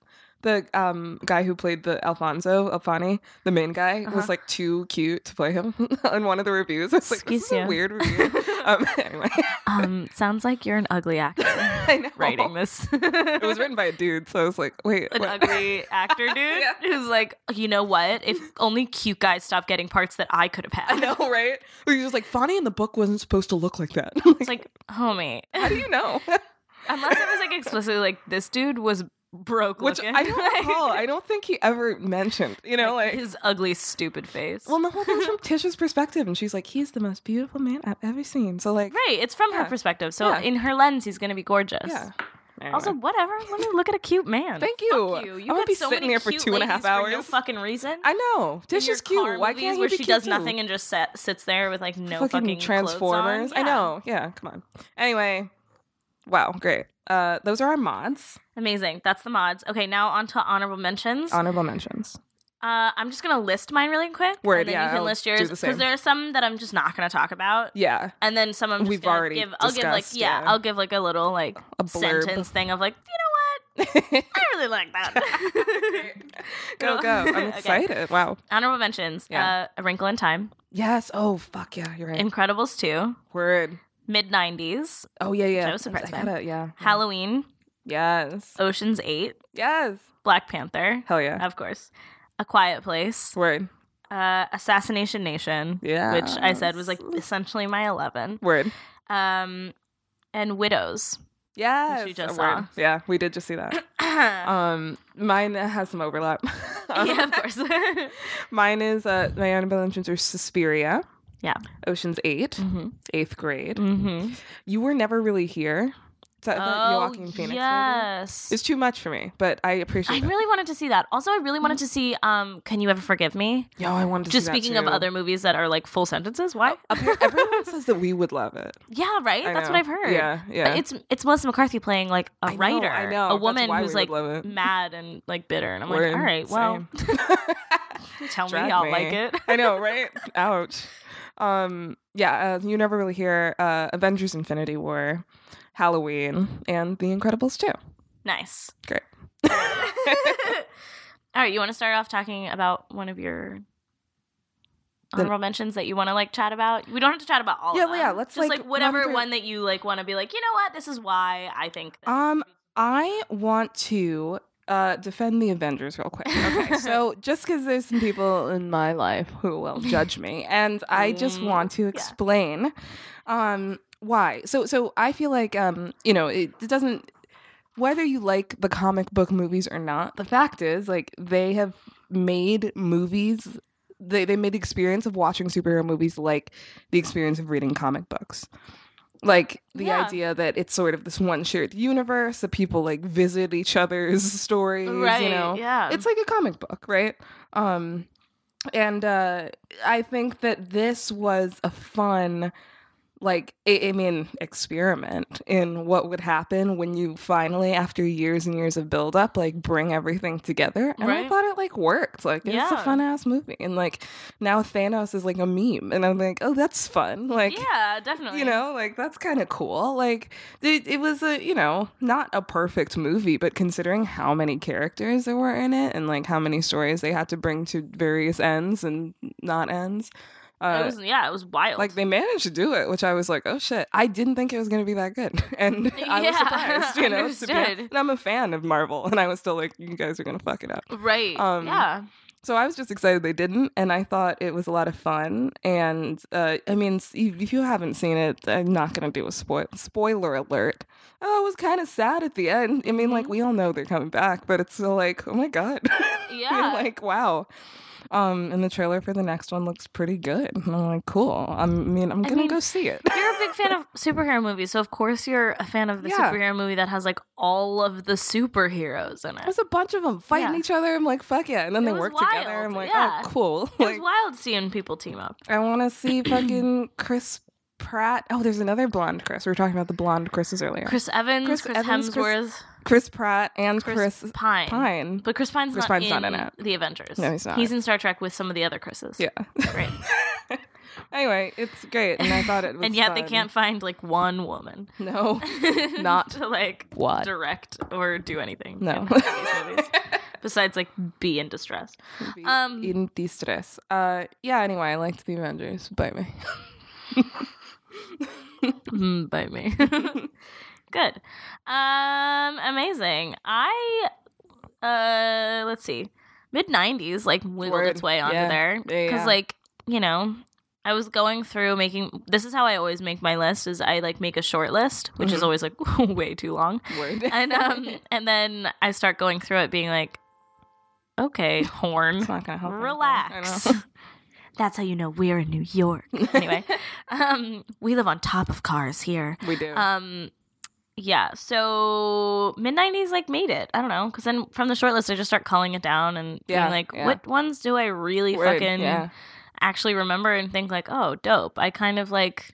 Speaker 5: the um, guy who played the Alfonso Alfani, the main guy,
Speaker 6: Uh-huh.
Speaker 5: was like too cute to play him on one of the reviews. It's like
Speaker 6: Excuse
Speaker 5: this is a
Speaker 6: you.
Speaker 5: weird review. um, anyway,
Speaker 6: Um, sounds like you're an ugly actor
Speaker 5: I know
Speaker 6: writing this.
Speaker 5: It was written by a dude, so I was like, wait,
Speaker 6: an
Speaker 5: what?
Speaker 6: ugly actor dude
Speaker 5: Yeah.
Speaker 6: who's like, you know what? If only cute guys stopped getting parts that I could have had.
Speaker 5: I know, right? Where you're just like, Fonny in the book wasn't supposed to look like that. Like,
Speaker 6: It's like, homie.
Speaker 5: how do you know?
Speaker 6: Unless it was like explicitly like this dude was broke
Speaker 5: Which
Speaker 6: looking.
Speaker 5: I don't
Speaker 6: Like,
Speaker 5: recall. I don't think he ever mentioned. You know, like
Speaker 6: his ugly, stupid face.
Speaker 5: Well, and the whole thing's from Tisha's perspective, and she's like, "He's the most beautiful man I've ever seen." So, like,
Speaker 6: right. It's from
Speaker 5: Yeah.
Speaker 6: her perspective. So
Speaker 5: Yeah.
Speaker 6: in her lens, he's gonna be gorgeous.
Speaker 5: yeah.
Speaker 6: Also, whatever. Let me look at a cute man.
Speaker 5: Thank
Speaker 6: Fuck
Speaker 5: you.
Speaker 6: you.
Speaker 5: I
Speaker 6: You
Speaker 5: won't
Speaker 6: got
Speaker 5: be
Speaker 6: so
Speaker 5: sitting
Speaker 6: many
Speaker 5: here for
Speaker 6: cute
Speaker 5: two and a half
Speaker 6: ladies for No
Speaker 5: hours.
Speaker 6: fucking reason.
Speaker 5: I know
Speaker 6: In your
Speaker 5: Tisha's cute.
Speaker 6: car
Speaker 5: Why
Speaker 6: movies
Speaker 5: can't he
Speaker 6: where
Speaker 5: be
Speaker 6: she
Speaker 5: cute
Speaker 6: does
Speaker 5: too?
Speaker 6: nothing and just sat, sits there with like no
Speaker 5: fucking,
Speaker 6: fucking, clothes on?
Speaker 5: Transformers. I
Speaker 6: Yeah.
Speaker 5: know. Yeah, come on. Anyway, wow, great. Uh, those are our mods.
Speaker 6: Amazing. That's the mods. Okay, now on to honorable mentions.
Speaker 5: Honorable mentions.
Speaker 6: Uh, I'm just gonna list mine really quick.
Speaker 5: Word,
Speaker 6: and then
Speaker 5: yeah,
Speaker 6: you can
Speaker 5: I'll
Speaker 6: list
Speaker 5: do
Speaker 6: yours
Speaker 5: the same.
Speaker 6: because there are some that I'm just not gonna talk about,
Speaker 5: Yeah,
Speaker 6: and then some I'm just
Speaker 5: We've
Speaker 6: gonna
Speaker 5: already
Speaker 6: give. I'll give like
Speaker 5: discussed,
Speaker 6: yeah,
Speaker 5: yeah.
Speaker 6: I'll give like a little like
Speaker 5: a blurb.
Speaker 6: sentence thing of like you know what I really like that.
Speaker 5: go
Speaker 6: Go.
Speaker 5: go! I'm
Speaker 6: Okay.
Speaker 5: excited. Wow.
Speaker 6: honorable mentions.
Speaker 5: Yeah.
Speaker 6: Uh, a Wrinkle in Time,
Speaker 5: Yes. Oh fuck yeah! You're right.
Speaker 6: Incredibles two,
Speaker 5: Word.
Speaker 6: mid '90s,
Speaker 5: Oh yeah, yeah.
Speaker 6: I was surprised by.
Speaker 5: gotta- yeah.
Speaker 6: Halloween,
Speaker 5: Yes.
Speaker 6: Ocean's Eight,
Speaker 5: Yes.
Speaker 6: Black Panther,
Speaker 5: Hell yeah.
Speaker 6: of course, A Quiet Place,
Speaker 5: Word.
Speaker 6: uh, Assassination Nation,
Speaker 5: Yeah.
Speaker 6: which I said was like essentially my 11.
Speaker 5: Word.
Speaker 6: Um, and Widows.
Speaker 5: Yes.
Speaker 6: you just
Speaker 5: a word.
Speaker 6: saw.
Speaker 5: Yeah, we did just see that.
Speaker 6: yeah,
Speaker 5: Um, mine has some overlap. Um,
Speaker 6: of course.
Speaker 5: Mine is uh, my honorable mentions are Suspiria.
Speaker 6: Yeah.
Speaker 5: Ocean's Eight,
Speaker 6: mm-hmm.
Speaker 5: Eighth Grade.
Speaker 6: Mm-hmm.
Speaker 5: You were never really here. Is that the
Speaker 6: Oh,
Speaker 5: Joaquin Phoenix movie?
Speaker 6: yes.
Speaker 5: It's too much for me, but I appreciate
Speaker 6: I
Speaker 5: it.
Speaker 6: really wanted to see that. Also, I really wanted to see um, Can You Ever Forgive Me?
Speaker 5: Yo, I wanted to
Speaker 6: Just
Speaker 5: see that
Speaker 6: speaking of
Speaker 5: too.
Speaker 6: other movies that are like full sentences. Why?
Speaker 5: Appar- Everyone says that we would love it.
Speaker 6: yeah, right?
Speaker 5: I
Speaker 6: That's
Speaker 5: know.
Speaker 6: what I've heard.
Speaker 5: Yeah, yeah.
Speaker 6: But it's it's Melissa McCarthy playing like a
Speaker 5: I know,
Speaker 6: writer,
Speaker 5: I know.
Speaker 6: a
Speaker 5: That's
Speaker 6: woman
Speaker 5: why
Speaker 6: who's
Speaker 5: we
Speaker 6: like
Speaker 5: would love it.
Speaker 6: mad and like bitter, and I'm
Speaker 5: We're
Speaker 6: like, all right, well, you tell me
Speaker 5: Drag
Speaker 6: y'all
Speaker 5: me.
Speaker 6: like it.
Speaker 5: I know, right? Ouch. Um, yeah, uh, you never really hear uh, Avengers: Infinity War, Halloween, and The Incredibles too.
Speaker 6: nice.
Speaker 5: Great.
Speaker 6: All right, you want to start off talking about one of your
Speaker 5: The-
Speaker 6: honorable mentions that you want to like chat about? We don't have to chat about all
Speaker 5: Yeah,
Speaker 6: of them.
Speaker 5: yeah, let's,
Speaker 6: just
Speaker 5: like,
Speaker 6: like,
Speaker 5: run
Speaker 6: whatever
Speaker 5: through-
Speaker 6: one that you like want to be like, you know what, this is why I think. that-
Speaker 5: Um, I want to uh, defend the Avengers real quick. Okay, so just because there's some people in my life who will judge me, and I just
Speaker 6: Mm,
Speaker 5: want to explain um, why. So, so I feel like um, you know it, it doesn't. Whether you like the comic book movies or not, the fact is, like they have made movies. They they made the experience of watching superhero movies like the experience of reading comic books like the
Speaker 6: Yeah.
Speaker 5: idea that it's sort of this one shared universe that people like visit each other's stories
Speaker 6: right?
Speaker 5: you know
Speaker 6: Yeah,
Speaker 5: it's like a comic book right um and uh i think that this was a fun like I, I mean experiment in what would happen when you finally after years and years of build up like bring everything together and i
Speaker 6: Right.
Speaker 5: thought it like worked like it's a
Speaker 6: Yeah.
Speaker 5: fun ass movie and like now thanos is like a meme and i'm like oh that's fun like
Speaker 6: yeah, definitely.
Speaker 5: you know like that's kind of cool like it, it was a you know not a perfect movie but considering how many characters there were in it and like how many stories they had to bring to various ends and not ends
Speaker 6: it
Speaker 5: uh,
Speaker 6: was yeah, it was wild.
Speaker 5: like they managed to do it which i was like oh shit i didn't think it was going to be that good and i was
Speaker 6: Yeah,
Speaker 5: surprised you know to be-
Speaker 6: understood.
Speaker 5: and i'm a fan of marvel and i was still like you guys are going to fuck it up
Speaker 6: right?
Speaker 5: um,
Speaker 6: yeah,
Speaker 5: so I was just excited they didn't, and I thought it was a lot of fun. And uh, I mean, s- if if you haven't seen it, I'm not going to do a spoil- spoiler alert. Oh, it was kind of sad at the end. I mean, like we all know they're coming back, but it's still like, oh my god,
Speaker 6: Yeah.
Speaker 5: You're like wow. Um, and the trailer for the next one looks pretty good. And I'm like, cool. I'm- I mean, I'm gonna
Speaker 6: mean,
Speaker 5: go see it.
Speaker 6: you're a big fan of superhero movies, so of course you're a fan of the
Speaker 5: Yeah.
Speaker 6: superhero movie that has like all of the superheroes in it.
Speaker 5: There's a bunch of them fighting
Speaker 6: Yeah.
Speaker 5: each other. I'm like, fuck yeah. And then
Speaker 6: It
Speaker 5: they
Speaker 6: was
Speaker 5: work together.
Speaker 6: wild,
Speaker 5: I'm like,
Speaker 6: yeah.
Speaker 5: oh, cool.
Speaker 6: It
Speaker 5: Like,
Speaker 6: was wild seeing people team up.
Speaker 5: I want to see fucking Chris Pratt. Oh, there's another blonde Chris. We were talking about the blonde Chris's earlier.
Speaker 6: Chris Evans,
Speaker 5: Chris
Speaker 6: Chris,
Speaker 5: Evans, Chris-
Speaker 6: Hemsworth,
Speaker 5: Chris Pratt and
Speaker 6: Chris,
Speaker 5: Chris,
Speaker 6: Pine.
Speaker 5: Pine.
Speaker 6: But Chris Pine's,
Speaker 5: Chris
Speaker 6: not,
Speaker 5: Pine's
Speaker 6: in
Speaker 5: not in it.
Speaker 6: The Avengers.
Speaker 5: No, he's not.
Speaker 6: He's in Star Trek with some of the other Chris's.
Speaker 5: yeah.
Speaker 6: Right.
Speaker 5: anyway, it's great, and I thought it was.
Speaker 6: and yet they
Speaker 5: fun.
Speaker 6: can't find like one woman.
Speaker 5: No, Not
Speaker 6: to like
Speaker 5: what?
Speaker 6: direct or do anything.
Speaker 5: No.
Speaker 6: in these movies. Besides like be in distress. Um,
Speaker 5: in distress. Uh, yeah. Anyway, I liked the Avengers. Bite me.
Speaker 6: Mm, bite me. Good. Um, amazing. I uh let's see. Mid nineties like wiggled
Speaker 5: Word.
Speaker 6: its way onto
Speaker 5: Yeah.
Speaker 6: there.
Speaker 5: Yeah,
Speaker 6: Because
Speaker 5: yeah.
Speaker 6: like, you know, I was going through making this is how I always make my list is I like make a short list, which is
Speaker 5: Mhm.
Speaker 6: always like way too long.
Speaker 5: Word.
Speaker 6: And um and then I start going through it being like, Okay, horn.
Speaker 5: it's "Oh, not gonna help. anything.
Speaker 6: Relax.
Speaker 5: I know.
Speaker 6: That's how you know we're in New York. Anyway, um, we live on top of cars here.
Speaker 5: we do.
Speaker 6: Um, yeah. So mid '90s like made it. I don't know, because then from the short list, I just start calling it down and
Speaker 5: Yeah,
Speaker 6: being like,
Speaker 5: yeah.
Speaker 6: what ones do I really
Speaker 5: Word,
Speaker 6: fucking
Speaker 5: yeah.
Speaker 6: actually remember and think like, oh, dope. I kind of like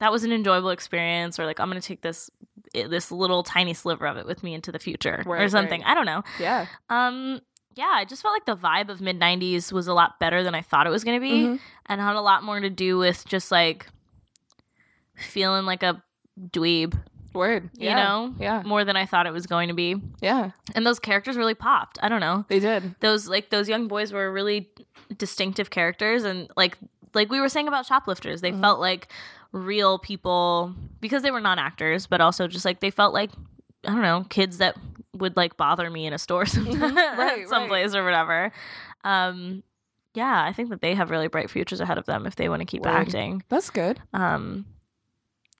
Speaker 6: that was an enjoyable experience, or like I'm gonna take this eh, this little tiny sliver of it with me into the future
Speaker 5: Right,
Speaker 6: or something.
Speaker 5: right.
Speaker 6: I don't know.
Speaker 5: Yeah.
Speaker 6: Um, yeah, I just felt like the vibe of mid '90s was a lot better than I thought it was going to be,
Speaker 5: Mhm.
Speaker 6: and had a lot more to do with just like feeling like a dweeb,
Speaker 5: Word.
Speaker 6: you
Speaker 5: yeah.
Speaker 6: know,
Speaker 5: Yeah.
Speaker 6: more than I thought it was going to be.
Speaker 5: Yeah.
Speaker 6: And those characters really popped. I don't know
Speaker 5: They did.
Speaker 6: those like those young boys were really distinctive characters and like like we were saying about shoplifters
Speaker 5: Mm-hmm.
Speaker 6: they felt like real people because they were not actors but also just like they felt like i don't know kids that would like bother me in a store sometimes,
Speaker 5: Mm-hmm. right.
Speaker 6: someplace or whatever um yeah i think that they have really bright futures ahead of them if they want to keep
Speaker 5: Word.
Speaker 6: acting
Speaker 5: That's good.
Speaker 6: um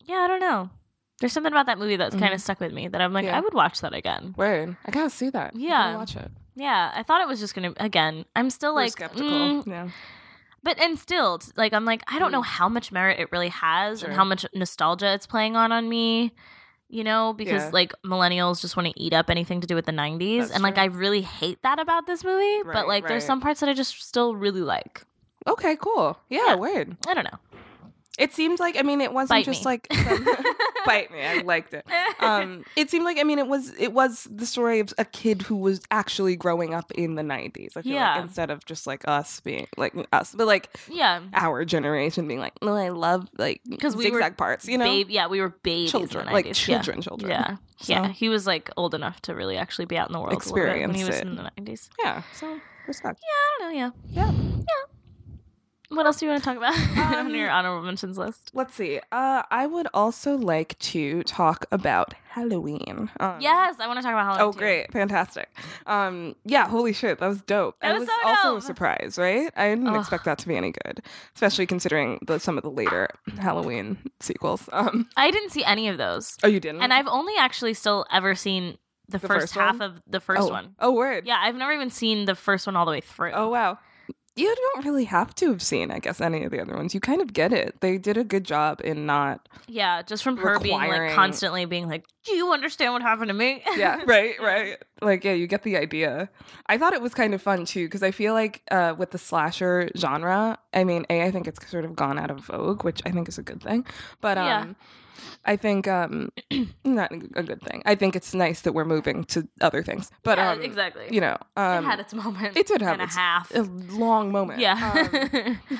Speaker 6: yeah i don't know there's something about that movie that's kind of stuck with me that i'm like
Speaker 5: Mm-hmm. Yeah.
Speaker 6: i would watch that again
Speaker 5: Word. I gotta see that. I gotta
Speaker 6: Yeah.
Speaker 5: Watch it.
Speaker 6: yeah i thought it was just gonna again i'm still
Speaker 5: We're
Speaker 6: like
Speaker 5: skeptical.
Speaker 6: mm,
Speaker 5: yeah.
Speaker 6: but and still t- like i'm like i don't know
Speaker 5: Mm.
Speaker 6: how much merit it really has and
Speaker 5: Sure.
Speaker 6: how much nostalgia it's playing on on me you know because
Speaker 5: Yeah.
Speaker 6: like millennials just want to eat up anything to do with the 90s
Speaker 5: That's
Speaker 6: and like
Speaker 5: true.
Speaker 6: i really hate that about this movie
Speaker 5: Right,
Speaker 6: but like there's
Speaker 5: right.
Speaker 6: some parts that i just still really like
Speaker 5: Okay. Cool. Yeah.
Speaker 6: Yeah.
Speaker 5: Word.
Speaker 6: i don't know
Speaker 5: It seemed like I mean it wasn't
Speaker 6: Bite
Speaker 5: just
Speaker 6: me.
Speaker 5: like some, bite me. I liked it. um, it seemed like I mean it was it was the story of a kid who was actually growing up in the nineties. I feel
Speaker 6: Yeah.
Speaker 5: like instead of just like us being like us, but like
Speaker 6: yeah
Speaker 5: our generation being like, no, I love like
Speaker 6: 'Cause we were
Speaker 5: zigzag parts, you know,
Speaker 6: babe yeah we were babes in the
Speaker 5: children, like
Speaker 6: 90s, yeah.
Speaker 5: children, children.
Speaker 6: yeah
Speaker 5: So-
Speaker 6: yeah he was like old enough to really actually be out in the world a little bit when he
Speaker 5: Experience
Speaker 6: was
Speaker 5: it.
Speaker 6: in the 90s
Speaker 5: yeah. So respect.
Speaker 6: i don't know yeah
Speaker 5: Yeah.
Speaker 6: what else do you want to talk about
Speaker 5: Um,
Speaker 6: on your honorable mentions list
Speaker 5: Let's see. Uh, I would also like to talk about Halloween. Um,
Speaker 6: yes i want to talk about halloween
Speaker 5: Oh,
Speaker 6: too.
Speaker 5: great. Fantastic. Um, yeah, holy shit. That was dope.
Speaker 6: That
Speaker 5: I was
Speaker 6: was so
Speaker 5: also
Speaker 6: dope.
Speaker 5: a surprise, right? I didn't
Speaker 6: Ugh.
Speaker 5: expect that to be any good, especially considering the, some of the later Halloween sequels. Um,
Speaker 6: I didn't see any of those.
Speaker 5: oh, you didn't?
Speaker 6: And I've only actually still ever seen the,
Speaker 5: The
Speaker 6: first,
Speaker 5: first
Speaker 6: half
Speaker 5: one?
Speaker 6: of the first
Speaker 5: oh.
Speaker 6: one.
Speaker 5: Oh, word.
Speaker 6: Yeah, I've never even seen the first one all the way through.
Speaker 5: Oh, wow. You don't really have to have seen, I guess, any of the other ones. You kind of get it. They did a good job in not.
Speaker 6: Yeah, just from her being like
Speaker 5: Requiring-
Speaker 6: constantly being like, Do you understand what happened to me?
Speaker 5: Yeah, right, right. Like, yeah, you get the idea. I thought it was kind of fun too, because I feel like uh, with the slasher genre, I mean, A, I think it's sort of gone out of vogue, which I think is a good thing. But um,
Speaker 6: Yeah.
Speaker 5: I think um, not a good thing. I think it's nice that we're moving to other things. But
Speaker 6: Yeah,
Speaker 5: um,
Speaker 6: exactly.
Speaker 5: you know, um,
Speaker 6: it had its moment.
Speaker 5: it did have
Speaker 6: and a
Speaker 5: its-
Speaker 6: half.
Speaker 5: a long moment.
Speaker 6: yeah.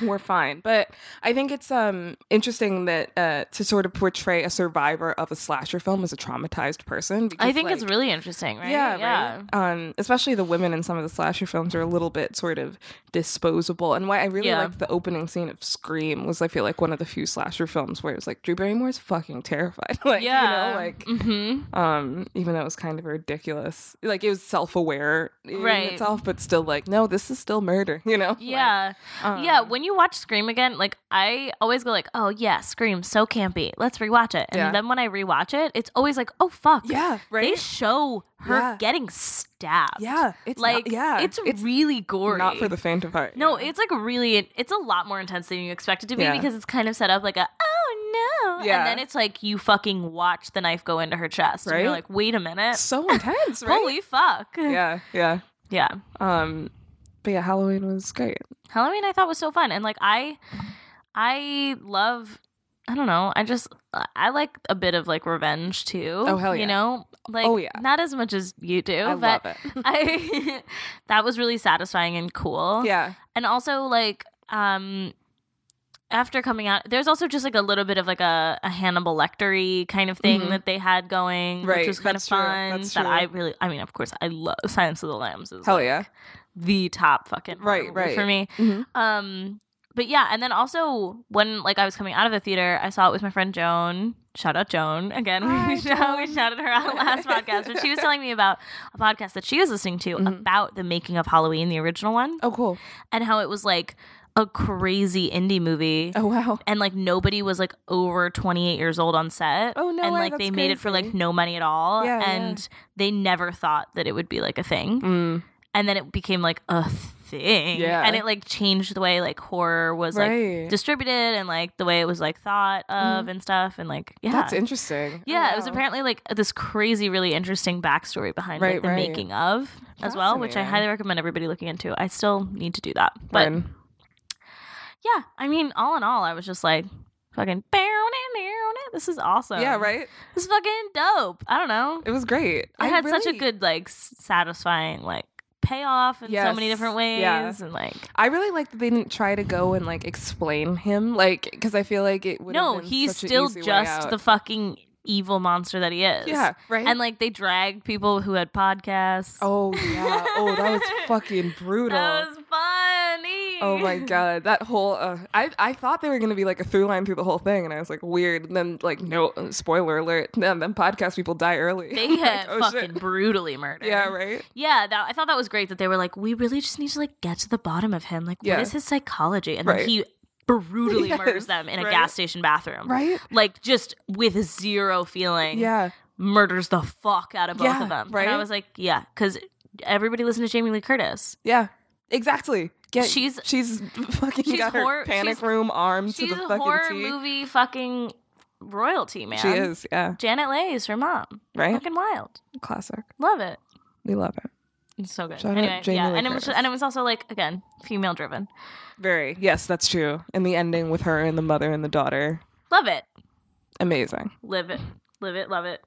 Speaker 5: Um, we're fine. But I think it's um interesting that uh to sort of portray a survivor of a slasher film as a traumatized person.
Speaker 6: I
Speaker 5: because,
Speaker 6: think it's
Speaker 5: like,
Speaker 6: really interesting, right?
Speaker 5: Yeah, right? Um, especially the women in some of the slasher films are a little bit sort of disposable. And why I really
Speaker 6: Yeah.
Speaker 5: liked the opening scene of Scream was I feel like one of the few slasher films where it's like Drew Barrymore's fucking terrified. like you know, like
Speaker 6: hmm
Speaker 5: um, even though it was kind of ridiculous. Like it was self aware in
Speaker 6: Right.
Speaker 5: itself, but still like, no, this is still murder, you know? Like,
Speaker 6: Yeah.
Speaker 5: um,
Speaker 6: yeah, when you watch Scream again, like I always go like, "Oh yeah, Scream so campy. Let's rewatch it." And
Speaker 5: Yeah.
Speaker 6: then when I rewatch it, it's always like, "Oh fuck."
Speaker 5: Yeah, right.
Speaker 6: They show her
Speaker 5: Yeah.
Speaker 6: getting stabbed.
Speaker 5: Yeah, it's
Speaker 6: Like
Speaker 5: not, yeah,
Speaker 6: it's, really gory.
Speaker 5: not for the faint of heart.
Speaker 6: No,
Speaker 5: yeah.
Speaker 6: it's like really it's a lot more intense than you expect it to be
Speaker 5: Yeah.
Speaker 6: because it's kind of set up like a oh no.
Speaker 5: Yeah.
Speaker 6: And then it's like you fucking watch the knife go into her chest. And you're
Speaker 5: Right?
Speaker 6: like, "Wait a minute.
Speaker 5: It's so intense, right?
Speaker 6: Holy fuck."
Speaker 5: yeah, yeah.
Speaker 6: Yeah.
Speaker 5: Um, but yeah, Halloween was great.
Speaker 6: Halloween I thought was so fun and like I I love I don't know. I just uh, I like a bit of like revenge too.
Speaker 5: Oh, hell yeah.
Speaker 6: You know, like
Speaker 5: Oh, yeah.
Speaker 6: not as much as you do,
Speaker 5: I
Speaker 6: but
Speaker 5: love it.
Speaker 6: I that was really satisfying and cool.
Speaker 5: yeah.
Speaker 6: and also like um after coming out there's also just like a little bit of like a, a hannibal lectery kind of thing
Speaker 5: Mhm.
Speaker 6: that they had going
Speaker 5: Right,
Speaker 6: which was kind
Speaker 5: that's
Speaker 6: of
Speaker 5: true,
Speaker 6: fun
Speaker 5: that's
Speaker 6: that
Speaker 5: true.
Speaker 6: i really i mean of course i love silence of the lambs is
Speaker 5: Hell
Speaker 6: like,
Speaker 5: yeah.
Speaker 6: the top fucking horror
Speaker 5: Right,
Speaker 6: movie
Speaker 5: right.
Speaker 6: for me
Speaker 5: Mhm.
Speaker 6: um but yeah and then also when like i was coming out of the theater i saw it with my friend joan shout out joan again
Speaker 5: Hi,
Speaker 6: we, shout- we
Speaker 5: Joan.
Speaker 6: shouted her out last podcast but she was telling me about a podcast that she was listening to
Speaker 5: Mhm.
Speaker 6: about the making of halloween the original one
Speaker 5: Oh, cool.
Speaker 6: and how it was like a crazy indie movie
Speaker 5: Oh, wow.
Speaker 6: and like nobody was like over 28 years old on set
Speaker 5: Oh, no
Speaker 6: and
Speaker 5: way,
Speaker 6: like they
Speaker 5: that's
Speaker 6: made it for like
Speaker 5: crazy.
Speaker 6: no money at all
Speaker 5: Yeah,
Speaker 6: and they never thought that it would be like a thing
Speaker 5: Mm,
Speaker 6: and then it became like a thing
Speaker 5: Yeah.
Speaker 6: and it like changed the way like horror was like
Speaker 5: right. Mm-hmm.
Speaker 6: distributed and like the way it was like thought of and stuff and like yeah
Speaker 5: That's interesting. Oh,
Speaker 6: yeah, it was
Speaker 5: wow.
Speaker 6: apparently like this crazy, really interesting backstory behind
Speaker 5: Right,
Speaker 6: like, the
Speaker 5: right.
Speaker 6: making of as well, which I
Speaker 5: Fascinating.
Speaker 6: highly recommend everybody looking into. I still need to do that, but
Speaker 5: Fun.
Speaker 6: yeah, I mean, all in all, I was just like, fucking, this is awesome.
Speaker 5: yeah, right.
Speaker 6: This is fucking dope. I don't know.
Speaker 5: It was great.
Speaker 6: I had such a
Speaker 5: really-
Speaker 6: good, like, s- satisfying, like, payoff in so many
Speaker 5: Yes.
Speaker 6: different ways.
Speaker 5: Yeah.
Speaker 6: And, like,
Speaker 5: I really like that they didn't try to go and like explain him, like because I feel like it would.
Speaker 6: no, he's still just the fucking evil monster that he is.
Speaker 5: yeah, right.
Speaker 6: And, like, they dragged people who had podcasts.
Speaker 5: oh yeah, oh that was fucking brutal.
Speaker 6: That was funny.
Speaker 5: Oh my god, that whole uh, I I thought they were gonna be like a through line through the whole thing, and I was like weird. And then like no uh, spoiler alert, then them podcast people die early.
Speaker 6: They
Speaker 5: I'm like,
Speaker 6: had
Speaker 5: oh,
Speaker 6: fucking
Speaker 5: shit.
Speaker 6: brutally murdered.
Speaker 5: yeah right
Speaker 6: Yeah, that, I thought that was great that they were like, we really just need to like get to the bottom of him. Like,
Speaker 5: Yeah.
Speaker 6: what is his psychology? And then
Speaker 5: Right.
Speaker 6: he brutally
Speaker 5: Yes,
Speaker 6: murders them in a
Speaker 5: right.
Speaker 6: gas station bathroom.
Speaker 5: right
Speaker 6: Like, just with zero feeling,
Speaker 5: yeah
Speaker 6: murders the fuck out of both
Speaker 5: Yeah,
Speaker 6: of them.
Speaker 5: right?
Speaker 6: And I was like, yeah, because everybody listened to Jamie Lee Curtis.
Speaker 5: yeah exactly. Get
Speaker 6: She's-
Speaker 5: she's fucking
Speaker 6: she's
Speaker 5: got her
Speaker 6: horror-
Speaker 5: panic
Speaker 6: she's-
Speaker 5: room arm to
Speaker 6: She's
Speaker 5: the
Speaker 6: a
Speaker 5: fucking
Speaker 6: horror
Speaker 5: T.
Speaker 6: movie fucking royalty, man.
Speaker 5: She is yeah
Speaker 6: Janet Leigh is her mom.
Speaker 5: right
Speaker 6: Fucking wild.
Speaker 5: classic.
Speaker 6: Love it.
Speaker 5: We love it.
Speaker 6: It's so good.
Speaker 5: Shout out
Speaker 6: anyway,
Speaker 5: Jamie
Speaker 6: yeah,
Speaker 5: Lee
Speaker 6: and it, was,
Speaker 5: Curtis.
Speaker 6: and it was also like again female driven.
Speaker 5: Very. Yes, that's true. And the ending with her and the mother and the daughter.
Speaker 6: Love it,
Speaker 5: Amazing.
Speaker 6: live it, live it, love it.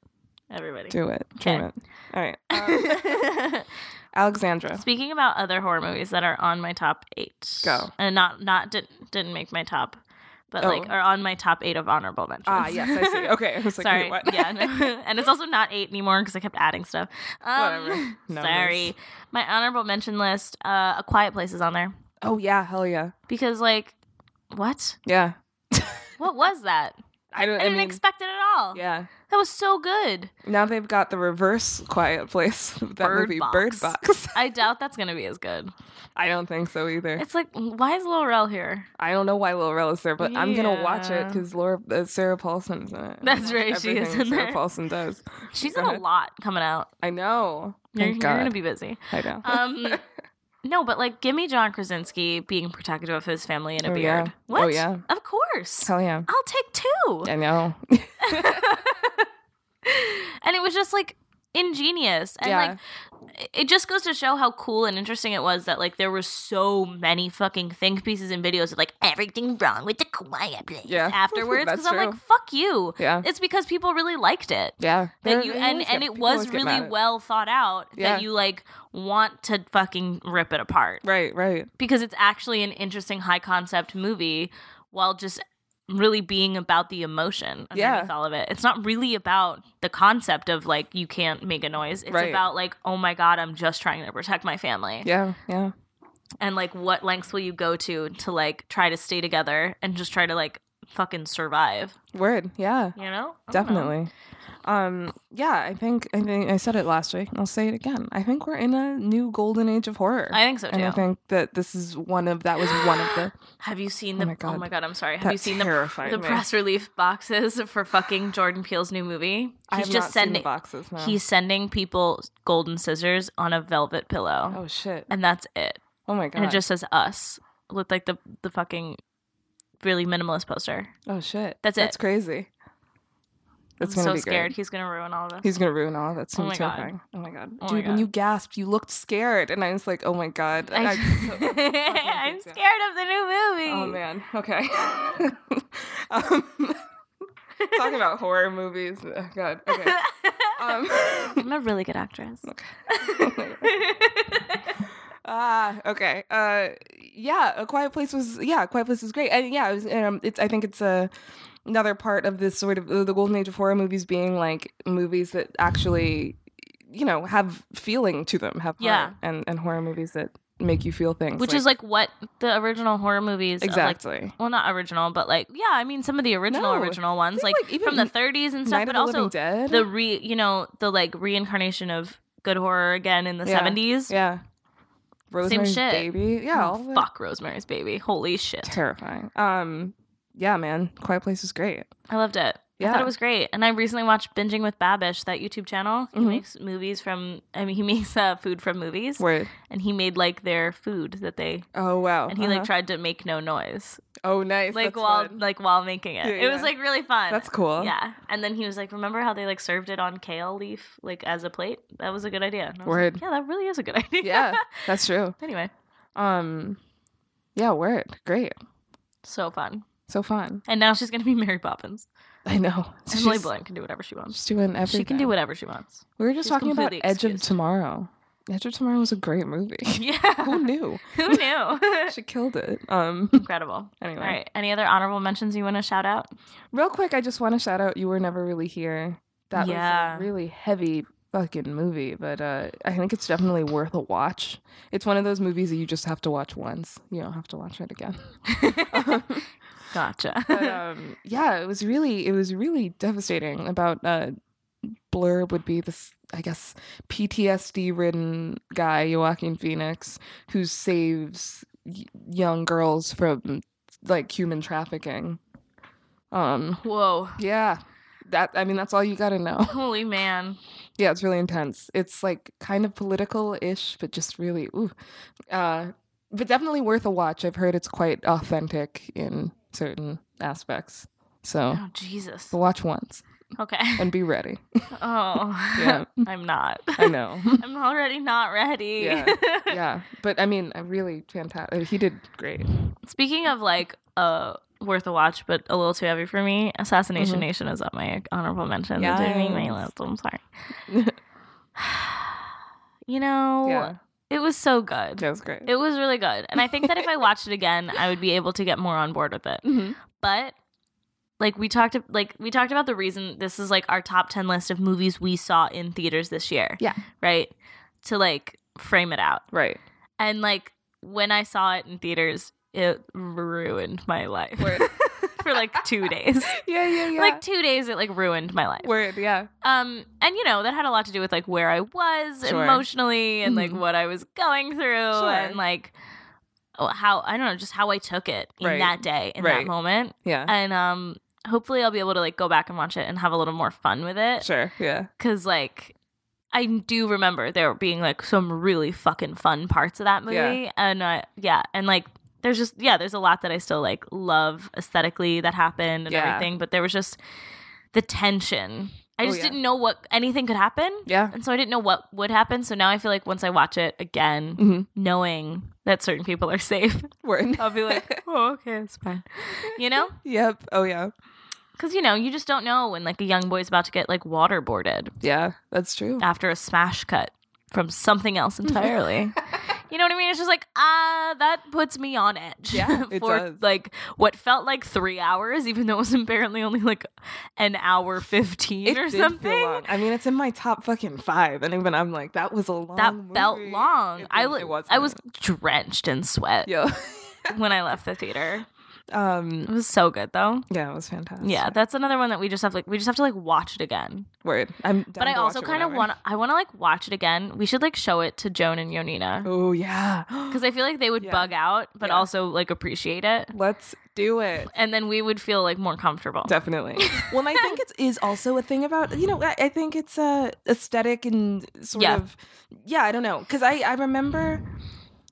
Speaker 6: Everybody.
Speaker 5: Do it.
Speaker 6: Okay.
Speaker 5: Dream it. All right. Alexandra.
Speaker 6: Speaking about other horror movies that are on my top eight,
Speaker 5: Go.
Speaker 6: and not not did, didn't make my top, but
Speaker 5: Oh.
Speaker 6: like are on my top eight of honorable mentions.
Speaker 5: Ah, yes, I see. Okay. I was like,
Speaker 6: sorry.
Speaker 5: wait, what?
Speaker 6: yeah, no. and it's also not eight anymore because I kept adding stuff. Um,
Speaker 5: Whatever. Numbers.
Speaker 6: sorry, my honorable mention list. Uh, A Quiet Place is on there
Speaker 5: Oh, yeah. Hell yeah.
Speaker 6: because like, what?
Speaker 5: Yeah.
Speaker 6: What was that?
Speaker 5: I don't
Speaker 6: I,
Speaker 5: I
Speaker 6: didn't
Speaker 5: mean,
Speaker 6: expect it at all.
Speaker 5: Yeah.
Speaker 6: That was so good.
Speaker 5: Now they've got the reverse quiet place. That
Speaker 6: Bird
Speaker 5: movie,
Speaker 6: Box.
Speaker 5: Bird Box.
Speaker 6: I doubt that's gonna be as good.
Speaker 5: I don't think so either.
Speaker 6: It's like, why is Lil Rel here?
Speaker 5: I don't know why Laura Rel is there, but I'm going to watch it
Speaker 6: Yeah.
Speaker 5: because Laura, uh, Sarah Paulson's in it.
Speaker 6: That's right, she is
Speaker 5: Everything
Speaker 6: in
Speaker 5: Sarah
Speaker 6: there.
Speaker 5: Paulson does.
Speaker 6: She's
Speaker 5: Go
Speaker 6: in a
Speaker 5: ahead.
Speaker 6: lot coming out.
Speaker 5: I know.
Speaker 6: You're,
Speaker 5: Uh-huh. Thank
Speaker 6: you're
Speaker 5: God.
Speaker 6: gonna be busy.
Speaker 5: I know.
Speaker 6: Um, no, but like, give me John Krasinski being protective of his family in a
Speaker 5: Oh, yeah.
Speaker 6: beard.
Speaker 5: Oh,
Speaker 6: What?
Speaker 5: yeah.
Speaker 6: Of course.
Speaker 5: Hell yeah.
Speaker 6: I'll take two.
Speaker 5: I know.
Speaker 6: and it was just like ingenious and
Speaker 5: Yeah.
Speaker 6: like it just goes to show how cool and interesting it was that like there were so many fucking think pieces and videos of like everything wrong with the quiet place
Speaker 5: Yeah.
Speaker 6: afterwards
Speaker 5: That's
Speaker 6: because i'm like
Speaker 5: true.
Speaker 6: fuck you
Speaker 5: Yeah.
Speaker 6: it's because people really liked it
Speaker 5: Yeah.
Speaker 6: that you and, and it was really well thought out
Speaker 5: Yeah.
Speaker 6: that you like want to fucking rip it apart
Speaker 5: Right, right.
Speaker 6: because it's actually an interesting high concept movie while just really being about the emotion underneath
Speaker 5: Yeah.
Speaker 6: all of it. It's not really about the concept of like you can't make a noise. It's
Speaker 5: Right.
Speaker 6: about like, oh my God, I'm just trying to protect my family.
Speaker 5: Yeah, yeah.
Speaker 6: And like what lengths will you go to to like try to stay together and just try to like fucking survive.
Speaker 5: Word. Yeah.
Speaker 6: You know? I don't know.
Speaker 5: Definitely. Um yeah, I think I think I said it last week. and I'll say it again. I think we're in a new golden age of horror.
Speaker 6: I think so
Speaker 5: and I
Speaker 6: too.
Speaker 5: think that this is one of that was one of the
Speaker 6: Have you seen
Speaker 5: Oh
Speaker 6: the? Oh
Speaker 5: my
Speaker 6: my god,
Speaker 5: God.
Speaker 6: I'm sorry. Have you
Speaker 5: That
Speaker 6: seen the
Speaker 5: terrified
Speaker 6: the
Speaker 5: me.
Speaker 6: press relief boxes for fucking Jordan Peele's new movie? He's
Speaker 5: I have
Speaker 6: just
Speaker 5: not seen
Speaker 6: sending
Speaker 5: the boxes now.
Speaker 6: he's sending people golden scissors on a velvet pillow,
Speaker 5: Oh shit.
Speaker 6: and that's it.
Speaker 5: Oh my god.
Speaker 6: And it just says us with like the the fucking really minimalist poster.
Speaker 5: Oh shit.
Speaker 6: That's
Speaker 5: That's
Speaker 6: it.
Speaker 5: crazy. That's
Speaker 6: I'm
Speaker 5: gonna
Speaker 6: so
Speaker 5: be
Speaker 6: scared
Speaker 5: Great.
Speaker 6: he's gonna ruin all of us.
Speaker 5: He's gonna ruin all of that. It's gonna
Speaker 6: Oh
Speaker 5: be
Speaker 6: my God.
Speaker 5: terrifying. Oh my god.
Speaker 6: Oh my
Speaker 5: Dude, when
Speaker 6: God.
Speaker 5: you gasped, you looked scared and I was like, Oh my god.
Speaker 6: I,
Speaker 5: I-
Speaker 6: am scared of the new movie.
Speaker 5: Oh man. Okay. Oh, um, talking about horror movies. Oh, God. Okay. Um,
Speaker 6: I'm a really good actress.
Speaker 5: Oh, ah. Okay. Uh. Yeah. A Quiet Place was. Yeah. A Quiet Place was great. And yeah. It was, um. It's. I think it's a another part of this sort of uh, the golden age of horror movies being like movies that actually you know have feeling to them have
Speaker 6: Yeah.
Speaker 5: heart, and and horror movies that make you feel things
Speaker 6: Which is like what the original horror movies of, like,
Speaker 5: exactly
Speaker 6: well, not original, but like yeah, I mean some of the original
Speaker 5: No.
Speaker 6: original ones,
Speaker 5: think,
Speaker 6: like,
Speaker 5: like, even
Speaker 6: from the 30s and stuff,
Speaker 5: Night
Speaker 6: but
Speaker 5: of the Living
Speaker 6: also
Speaker 5: Dead
Speaker 6: the re you know the like reincarnation of good horror again in the
Speaker 5: Yeah.
Speaker 6: 70s.
Speaker 5: yeah Rosemary's
Speaker 6: shit.
Speaker 5: Baby yeah all
Speaker 6: Oh,
Speaker 5: that-
Speaker 6: fuck Rosemary's Baby. Holy shit,
Speaker 5: terrifying um yeah man Quiet Place is great
Speaker 6: I loved it. I thought
Speaker 5: Yeah.
Speaker 6: it was great, and I recently watched Binging with Babish, that YouTube channel. He
Speaker 5: Mhm.
Speaker 6: makes movies from. I mean, he makes uh, food from movies,
Speaker 5: where
Speaker 6: and he made like their food that they
Speaker 5: oh wow
Speaker 6: and he
Speaker 5: Uh-huh.
Speaker 6: like tried to make no noise,
Speaker 5: oh nice
Speaker 6: like
Speaker 5: That's
Speaker 6: while
Speaker 5: fun.
Speaker 6: like while making it.
Speaker 5: Yeah,
Speaker 6: It was
Speaker 5: yeah.
Speaker 6: like really fun.
Speaker 5: that's cool
Speaker 6: Yeah, and then he was like, "Remember how they like served it on kale leaf, like as a plate? That was a good idea." And I was like,
Speaker 5: Word.
Speaker 6: yeah, that really is a good idea.
Speaker 5: yeah that's true
Speaker 6: anyway,
Speaker 5: um yeah word great
Speaker 6: so fun.
Speaker 5: so fun
Speaker 6: And now she's gonna be Mary Poppins.
Speaker 5: I know
Speaker 6: Emily
Speaker 5: She's-
Speaker 6: Blunt can do whatever she wants.
Speaker 5: She's doing everything.
Speaker 6: She can do whatever she wants.
Speaker 5: We were just
Speaker 6: she's
Speaker 5: talking about
Speaker 6: completely
Speaker 5: Edge of
Speaker 6: excused.
Speaker 5: Tomorrow. Edge of Tomorrow was a great movie. Who
Speaker 6: Yeah.
Speaker 5: knew?
Speaker 6: Who knew?
Speaker 5: She killed it. Um.
Speaker 6: Incredible.
Speaker 5: Anyway,
Speaker 6: All right. Any other honorable mentions you want to shout out?
Speaker 5: real quick, I just want to shout out "You Were Never Really Here." That
Speaker 6: Yeah.
Speaker 5: was a really heavy fucking movie, but uh, I think it's definitely worth a watch. It's one of those movies that you just have to watch once. You don't have to watch it again.
Speaker 6: gotcha.
Speaker 5: but um, yeah, it was really it was really devastating. About uh, Blurb would be this, I guess, PTSD ridden guy Joaquin Phoenix who saves y- young girls from like human trafficking. Um,
Speaker 6: Whoa.
Speaker 5: yeah, that I mean that's all you got to know.
Speaker 6: Holy man.
Speaker 5: Yeah, it's really intense. It's like kind of political ish, but just really ooh. Uh, but definitely worth a watch. I've heard it's quite authentic in certain aspects. So
Speaker 6: Oh Jesus.
Speaker 5: so watch once
Speaker 6: Okay.
Speaker 5: and be ready.
Speaker 6: Oh.
Speaker 5: Yeah.
Speaker 6: I'm not.
Speaker 5: I know.
Speaker 6: I'm already not ready.
Speaker 5: Yeah. yeah, but I mean, I really fantastic. He did great.
Speaker 6: Speaking of like uh worth a watch, but a little too heavy for me, Assassination
Speaker 5: Mhm.
Speaker 6: Nation is up my honorable mention. It didn't make my
Speaker 5: Yes.
Speaker 6: list. I'm sorry. you know,
Speaker 5: Yeah,
Speaker 6: it was so good.
Speaker 5: that was great.
Speaker 6: It was really good. And I think that if I watched it again, I would be able to get more on board with it.
Speaker 5: Mhm.
Speaker 6: But like we talked like we talked about the reason this is like our top 10 list of movies we saw in theaters this year.
Speaker 5: Yeah.
Speaker 6: Right? To like frame it out.
Speaker 5: Right.
Speaker 6: And like when I saw it in theaters, it ruined my life.
Speaker 5: Word.
Speaker 6: For like 2 days.
Speaker 5: Yeah, yeah, yeah.
Speaker 6: Like 2 days it like ruined my life.
Speaker 5: word. Yeah.
Speaker 6: Um, and you know that had a lot to do with like where I was
Speaker 5: Sure.
Speaker 6: emotionally and like
Speaker 5: Mhm.
Speaker 6: what I was going through
Speaker 5: Sure.
Speaker 6: and like oh, how I don't know just how I took it in
Speaker 5: Right.
Speaker 6: that day in that
Speaker 5: Right. Uh-huh.
Speaker 6: moment.
Speaker 5: Yeah.
Speaker 6: And um, hopefully I'll be able to like go back and watch it and have a little more fun with it
Speaker 5: sure. Yeah.
Speaker 6: because like I do remember there being like some really fucking fun parts of that movie,
Speaker 5: Yeah.
Speaker 6: and uh, yeah, and like there's just yeah, there's a lot that I still like love aesthetically that happened and
Speaker 5: Yeah.
Speaker 6: everything, but there was just the tension.
Speaker 5: Oh,
Speaker 6: I just
Speaker 5: yeah.
Speaker 6: didn't know what anything could happen,
Speaker 5: Yeah.
Speaker 6: and so I didn't know what would happen. So now I feel like once I watch it again,
Speaker 5: Mhm.
Speaker 6: knowing that certain people are safe,
Speaker 5: Word.
Speaker 6: I'll be like, oh okay, it's fine, you know,
Speaker 5: Yep. Oh yeah.
Speaker 6: because you know you just don't know when like a young boy's about to get like waterboarded
Speaker 5: Yeah, that's true.
Speaker 6: after a smash cut from something else entirely. you know what I mean? It's just like, ah, that puts me on edge.
Speaker 5: Yeah, it
Speaker 6: for
Speaker 5: does.
Speaker 6: like what felt like three hours, even though it was apparently only like an hour fifteen
Speaker 5: It
Speaker 6: or
Speaker 5: did feel
Speaker 6: something.
Speaker 5: long. I mean, it's in my top fucking five, and even I'm like, that was a long.
Speaker 6: That felt
Speaker 5: movie.
Speaker 6: long.
Speaker 5: It
Speaker 6: I
Speaker 5: didn't-
Speaker 6: was
Speaker 5: it wasn't.
Speaker 6: I was drenched in sweat
Speaker 5: Yeah.
Speaker 6: when I left the theater. It
Speaker 5: um.
Speaker 6: was so good though.
Speaker 5: Yeah, it was fantastic.
Speaker 6: Yeah, that's another one that we just have to like we just have to like watch it again.
Speaker 5: Word. I'm.
Speaker 6: but I also kind of want I want to like watch it again. We should like show it to Joan and Yonina.
Speaker 5: Oh yeah.
Speaker 6: because I feel like they would
Speaker 5: Yeah.
Speaker 6: bug out, but
Speaker 5: Yeah.
Speaker 6: also like appreciate it,
Speaker 5: Let's do it.
Speaker 6: and then we would feel like more comfortable.
Speaker 5: Definitely. well, and I think it is also a thing about you know I, I think it's a aesthetic and sort
Speaker 6: Yeah.
Speaker 5: of yeah I don't know because I I remember.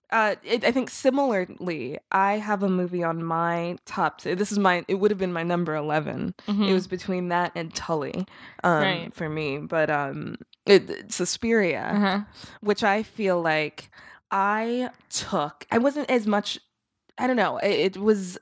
Speaker 5: Uh, it, I think similarly, I have a movie on my top. This is my. It would have been my number eleven.
Speaker 6: Mhm.
Speaker 5: It was between that and Tully, um,
Speaker 6: Right.
Speaker 5: for me. But um, it, it's Suspiria,
Speaker 6: Uh-huh.
Speaker 5: which I feel like I took. I wasn't as much. I don't know. It, it was.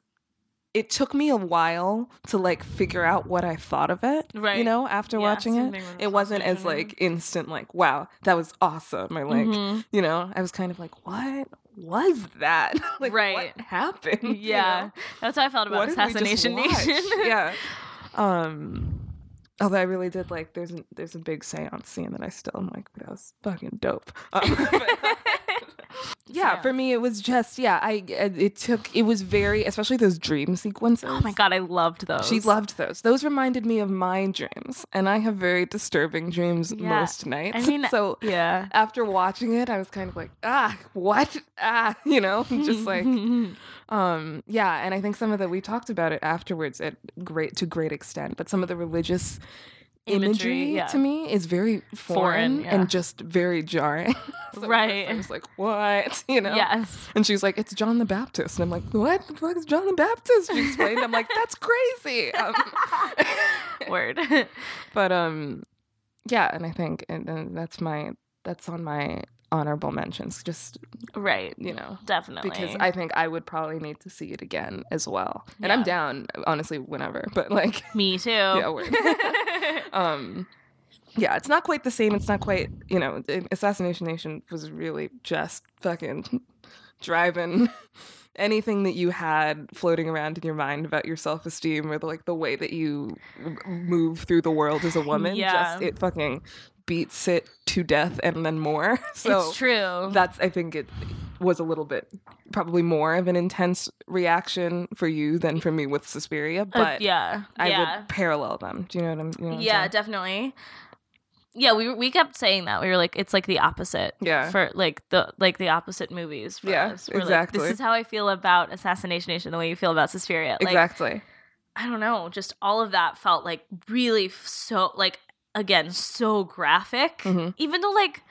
Speaker 5: it took me a while to like figure out what I thought of it.
Speaker 6: Right.
Speaker 5: You know, after
Speaker 6: Yeah,
Speaker 5: watching
Speaker 6: something
Speaker 5: it,
Speaker 6: was
Speaker 5: it wasn't as
Speaker 6: happening.
Speaker 5: like instant. Like, wow, that was awesome. Or like,
Speaker 6: Mhm.
Speaker 5: you know, I was kind of like, what was that? like,
Speaker 6: Right.
Speaker 5: What happened? You
Speaker 6: Yeah,
Speaker 5: know?
Speaker 6: that's how I felt about
Speaker 5: What did we just
Speaker 6: Assassination
Speaker 5: watch?
Speaker 6: Nation.
Speaker 5: yeah. Um. Although I really did like, there's an, there's a big seance scene that I still am like, that was fucking dope. Um, but- yeah,
Speaker 6: Yeah.
Speaker 5: for me it was just yeah. I it took it was very especially those dream sequences.
Speaker 6: oh my god, I loved those.
Speaker 5: She loved those. Those reminded me of my dreams, and I have very disturbing dreams
Speaker 6: Yeah.
Speaker 5: most nights.
Speaker 6: I mean-
Speaker 5: so
Speaker 6: Yeah.
Speaker 5: after watching it, I was kind of like, ah, what? Ah, you know, just like, um, yeah. And I think some of the we talked about it afterwards at great to great extent, but some of the religious imagery,
Speaker 6: yeah.
Speaker 5: to me is very foreign,
Speaker 6: Foreign, yeah.
Speaker 5: and just very jarring. So at first
Speaker 6: Right.
Speaker 5: I was like, what? You know.
Speaker 6: Yes.
Speaker 5: And she's like, it's John the Baptist. And I'm like, what the fuck is John the Baptist? She explained. I'm like, that's crazy. Um,
Speaker 6: Word.
Speaker 5: but um, yeah, and I think and, and that's my that's on my honorable mentions. Just
Speaker 6: right.
Speaker 5: you know,
Speaker 6: Definitely.
Speaker 5: because I think I would probably need to see it again as well. And I'm
Speaker 6: Yeah.
Speaker 5: down, honestly, whenever. But like,
Speaker 6: Me too.
Speaker 5: yeah, word. um, yeah, it's not quite the same. It's not quite you know, Assassination Nation was really just fucking driving anything that you had floating around in your mind about your self esteem or the, like the way that you m- move through the world as a woman.
Speaker 6: Yeah.
Speaker 5: Just it fucking beats it to death and then more. So
Speaker 6: it's true.
Speaker 5: that's I think it was a little bit probably more of an intense reaction for you than for me with Suspiria,
Speaker 6: Uh,
Speaker 5: but
Speaker 6: yeah.
Speaker 5: I
Speaker 6: yeah.
Speaker 5: would parallel them. Do you know what I'm? You know what I'm
Speaker 6: yeah,
Speaker 5: saying?
Speaker 6: definitely. Yeah, we we kept saying that. We were like, it's like the opposite.
Speaker 5: Yeah.
Speaker 6: For like the like the opposite movies for
Speaker 5: Yeah,
Speaker 6: us. We're Like,
Speaker 5: exactly.
Speaker 6: this is how I feel about Assassination Nation, the way you feel about Suspiria. Like
Speaker 5: exactly.
Speaker 6: I don't know, just all of that felt like really f- so like again, so graphic.
Speaker 5: Mhm.
Speaker 6: Even though like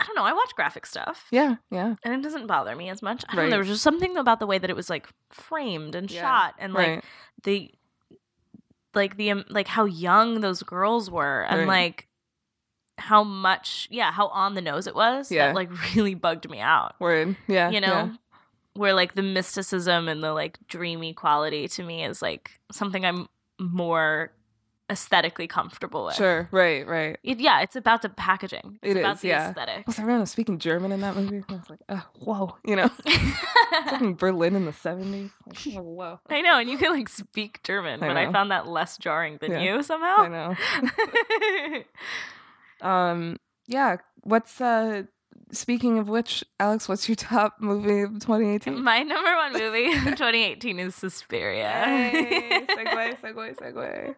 Speaker 6: I don't know, I watch graphic stuff.
Speaker 5: Yeah, yeah,
Speaker 6: And it doesn't bother me as much. I don't know.
Speaker 5: Right.
Speaker 6: There was just something about the way that it was like framed and
Speaker 5: Yeah,
Speaker 6: shot and like
Speaker 5: right.
Speaker 6: the like the um, like how young those girls were
Speaker 5: Right.
Speaker 6: and like how much yeah how on the nose it was
Speaker 5: Yeah.
Speaker 6: that like really bugged me out
Speaker 5: Word. Yeah,
Speaker 6: you know
Speaker 5: yeah.
Speaker 6: where like the mysticism and the like dreamy quality to me is like something i'm more aesthetically comfortable with
Speaker 5: Sure. Right. Right.
Speaker 6: It- yeah it's about the packaging it's
Speaker 5: It
Speaker 6: about
Speaker 5: is,
Speaker 6: the
Speaker 5: yeah.
Speaker 6: aesthetic
Speaker 5: Was everyone speaking German in that movie? I was like, oh, whoa, you know, fucking Berlin in the seventies. Like, oh, whoa.
Speaker 6: i know and you can like speak german
Speaker 5: I
Speaker 6: but i
Speaker 5: know.
Speaker 6: found that less jarring than
Speaker 5: Yeah.
Speaker 6: you
Speaker 5: I
Speaker 6: somehow
Speaker 5: know. Um. Yeah. What's uh? Speaking of which, Alex, what's your top movie of 2018?
Speaker 6: My number one movie in 2018 is Suspiria.
Speaker 5: Yay, segue, segue, segue.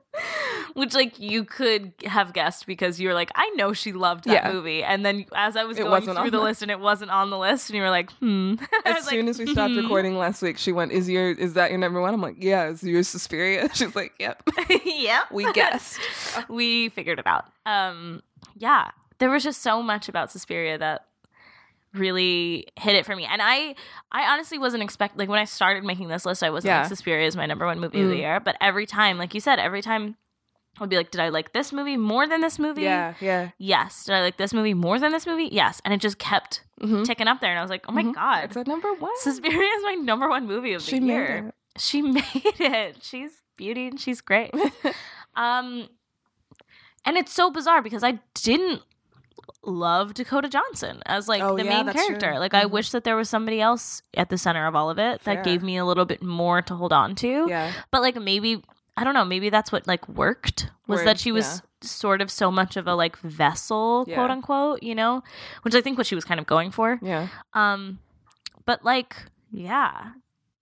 Speaker 6: Which, like, you could have guessed because you were like, I know she loved that
Speaker 5: Yeah.
Speaker 6: movie. And then as I was
Speaker 5: It
Speaker 6: going
Speaker 5: wasn't
Speaker 6: through
Speaker 5: on
Speaker 6: the
Speaker 5: the-
Speaker 6: list and it wasn't on the list, and you were like, hmm. I
Speaker 5: As
Speaker 6: was like,
Speaker 5: soon as we stopped
Speaker 6: "Hmm."
Speaker 5: recording last week, she went, "Is your is that your number one?" I'm like, "Yeah, is yours Suspiria?" She's like, "Yep,
Speaker 6: yep.
Speaker 5: we guessed."
Speaker 6: we figured it out. Um, yeah, there was just so much about Suspiria that really hit it for me, and I, I honestly wasn't expect like when I started making this list, I wasn't
Speaker 5: Yeah.
Speaker 6: like Suspiria is my number one movie of the
Speaker 5: Mm.
Speaker 6: year, but every time, like you said, every time. I'll be like, did I like this movie more than this movie?
Speaker 5: yeah, yeah.
Speaker 6: Yes. Did I like this movie more than this movie? Yes. And it just kept
Speaker 5: Mhm.
Speaker 6: ticking up there. And I was like, oh my
Speaker 5: Mhm.
Speaker 6: God.
Speaker 5: It's a number one.
Speaker 6: Mm-hmm. Suspiria is my number one movie of the
Speaker 5: She made
Speaker 6: year
Speaker 5: it.
Speaker 6: she made it. She's beauty and she's great. um and it's so bizarre because I didn't love Dakota Johnson as like
Speaker 5: Oh,
Speaker 6: the
Speaker 5: yeah,
Speaker 6: main
Speaker 5: that's true.
Speaker 6: character. Like I
Speaker 5: Mhm.
Speaker 6: wish that there was somebody else at the center of all of it
Speaker 5: Fair.
Speaker 6: that gave me a little bit more to hold on to.
Speaker 5: Yeah.
Speaker 6: But like maybe I don't know, maybe that's what like worked was
Speaker 5: Word,
Speaker 6: that she was sort of so much of a like vessel,
Speaker 5: Yeah.
Speaker 6: quote unquote, you know, which I think what she was kind of going for.
Speaker 5: Yeah.
Speaker 6: Um, but like, yeah.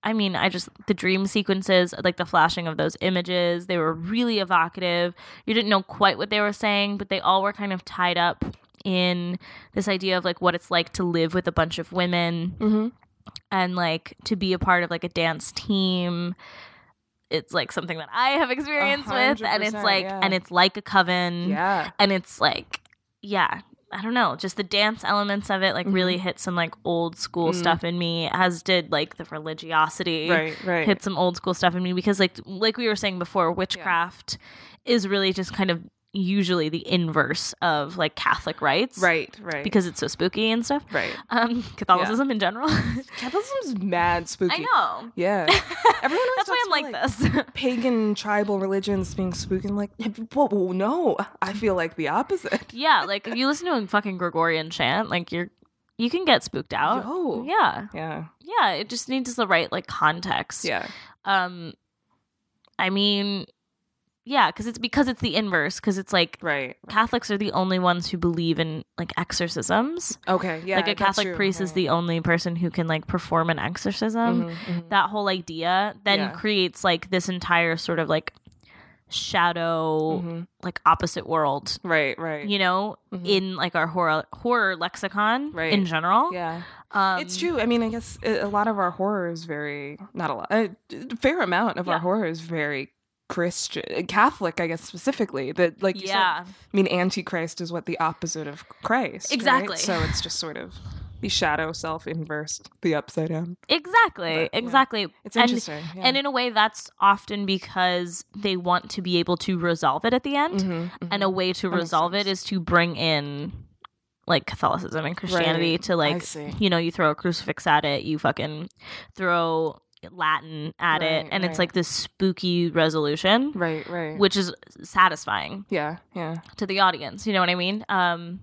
Speaker 6: I mean, I just the dream sequences, like the flashing of those images, they were really evocative. You didn't know quite what they were saying, but they all were kind of tied up in this idea of like what it's like to live with a bunch of women
Speaker 5: Mm-hmm.
Speaker 6: and like to be a part of like a dance team it's like something that i have experience with and it's
Speaker 5: 100%,
Speaker 6: like
Speaker 5: yeah.
Speaker 6: and it's like a coven
Speaker 5: Yeah.
Speaker 6: and it's like yeah i don't know just the dance elements of it like really
Speaker 5: Mm-hmm.
Speaker 6: hit some like old school
Speaker 5: Mhm.
Speaker 6: stuff in me as did like the religiosity
Speaker 5: Right. Right.
Speaker 6: hit some old school stuff in me because like like we were saying before witchcraft is really just kind of usually the inverse of like Catholic rites.
Speaker 5: Right, right.
Speaker 6: Because it's so spooky and stuff.
Speaker 5: right.
Speaker 6: Um, Catholicism in general.
Speaker 5: Catholicism's mad spooky.
Speaker 6: I know.
Speaker 5: Yeah. Everyone always
Speaker 6: That's why
Speaker 5: talks
Speaker 6: I'm
Speaker 5: about,
Speaker 6: like, this.
Speaker 5: Pagan tribal religions being spooky. I'm like, whoa, whoa, no. I feel like the opposite.
Speaker 6: yeah, like if you listen to a fucking Gregorian chant, like you're you can get spooked out.
Speaker 5: Yo.
Speaker 6: Yeah.
Speaker 5: Yeah.
Speaker 6: Yeah. It just needs the right like context.
Speaker 5: Yeah.
Speaker 6: Um I mean yeah, because it's because it's the inverse, because it's like
Speaker 5: Right.
Speaker 6: Catholics are the only ones who believe in like exorcisms.
Speaker 5: Okay. Yeah.
Speaker 6: like a
Speaker 5: that's
Speaker 6: Catholic
Speaker 5: true. Mm-hmm.
Speaker 6: priest is
Speaker 5: Yeah.
Speaker 6: the only person who can like perform an exorcism.
Speaker 5: Mhm, mhm.
Speaker 6: That whole idea then
Speaker 5: Yeah.
Speaker 6: creates like this entire sort of like shadow
Speaker 5: Mhm.
Speaker 6: like opposite world
Speaker 5: Right. Right.
Speaker 6: you know,
Speaker 5: Mhm.
Speaker 6: in like our horror horror lexicon
Speaker 5: Right.
Speaker 6: in general.
Speaker 5: yeah.
Speaker 6: Um,
Speaker 5: it's true. I mean, I guess uh, a a lot of our horror is very not a lot, a fair amount of
Speaker 6: Yeah.
Speaker 5: our horror is very Christian, Catholic, I guess specifically. That like you said,
Speaker 6: yeah,
Speaker 5: I mean, Antichrist is what the opposite of Christ. right?
Speaker 6: Exactly.
Speaker 5: So it's just sort of the shadow self inversed, the upside down.
Speaker 6: exactly,
Speaker 5: But, yeah.
Speaker 6: exactly.
Speaker 5: It's
Speaker 6: And-
Speaker 5: interesting. yeah.
Speaker 6: And in a way, that's often because they want to be able to resolve it at the end,
Speaker 5: Mhm, mhm.
Speaker 6: and a way to
Speaker 5: That makes
Speaker 6: resolve it
Speaker 5: sense.
Speaker 6: is to bring in like Catholicism and Christianity
Speaker 5: Right.
Speaker 6: to
Speaker 5: I
Speaker 6: like
Speaker 5: see.
Speaker 6: you know you throw a crucifix at it, you fucking throw Latin at it,
Speaker 5: Right,
Speaker 6: and it's
Speaker 5: right.
Speaker 6: like this spooky resolution,
Speaker 5: right, right.
Speaker 6: which is satisfying.
Speaker 5: yeah, yeah.
Speaker 6: to the audience. You know what I mean? Um,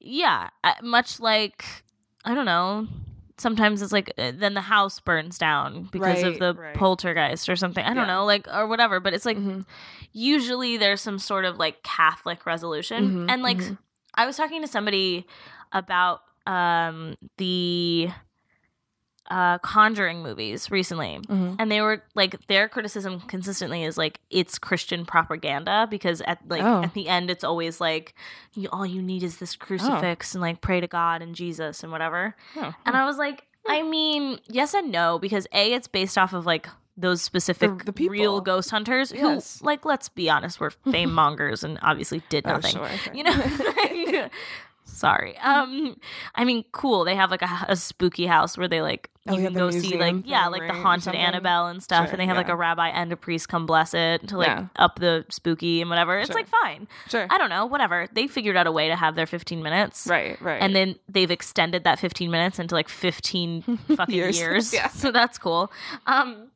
Speaker 6: yeah, uh, much like I don't know. Sometimes it's like uh, then the house burns down because of
Speaker 5: Right,
Speaker 6: the
Speaker 5: right.
Speaker 6: poltergeist or something. I don't
Speaker 5: Yeah.
Speaker 6: know, like or whatever. But it's like
Speaker 5: Mhm.
Speaker 6: usually there's some sort of like Catholic resolution.
Speaker 5: Mhm,
Speaker 6: and like
Speaker 5: mhm.
Speaker 6: I was talking to somebody about um the uh Conjuring movies recently.
Speaker 5: Mhm.
Speaker 6: And they were like their criticism consistently is like it's Christian propaganda because at like
Speaker 5: Oh.
Speaker 6: at the end it's always like you all you need is this crucifix and like pray to God and Jesus and whatever.
Speaker 5: Oh.
Speaker 6: And I was like, I mean, yes and no, because A, it's based off of like those specific
Speaker 5: The- the people.
Speaker 6: real ghost hunters
Speaker 5: Yes.
Speaker 6: who, like, let's be honest, were fame mongers and obviously did
Speaker 5: Oh,
Speaker 6: nothing.
Speaker 5: sure, okay.
Speaker 6: You know? Like, sorry.
Speaker 5: Mm-hmm.
Speaker 6: Um, I mean, cool. They have like a, a spooky house where they like you
Speaker 5: Oh, yeah,
Speaker 6: can
Speaker 5: the
Speaker 6: go see
Speaker 5: museum
Speaker 6: like yeah,
Speaker 5: thing,
Speaker 6: like
Speaker 5: right,
Speaker 6: the
Speaker 5: or
Speaker 6: haunted
Speaker 5: something?
Speaker 6: Annabelle and stuff,
Speaker 5: Sure,
Speaker 6: and they have like
Speaker 5: yeah.
Speaker 6: a rabbi and a priest come bless it to like
Speaker 5: Yeah.
Speaker 6: up the spooky and whatever. It's
Speaker 5: Sure.
Speaker 6: like fine.
Speaker 5: sure.
Speaker 6: I don't know, whatever. They figured out a way to have their fifteen minutes.
Speaker 5: right, right.
Speaker 6: And then they've extended that 15 minutes into like 15 fucking years.
Speaker 5: Years. Yeah.
Speaker 6: So that's cool. Um,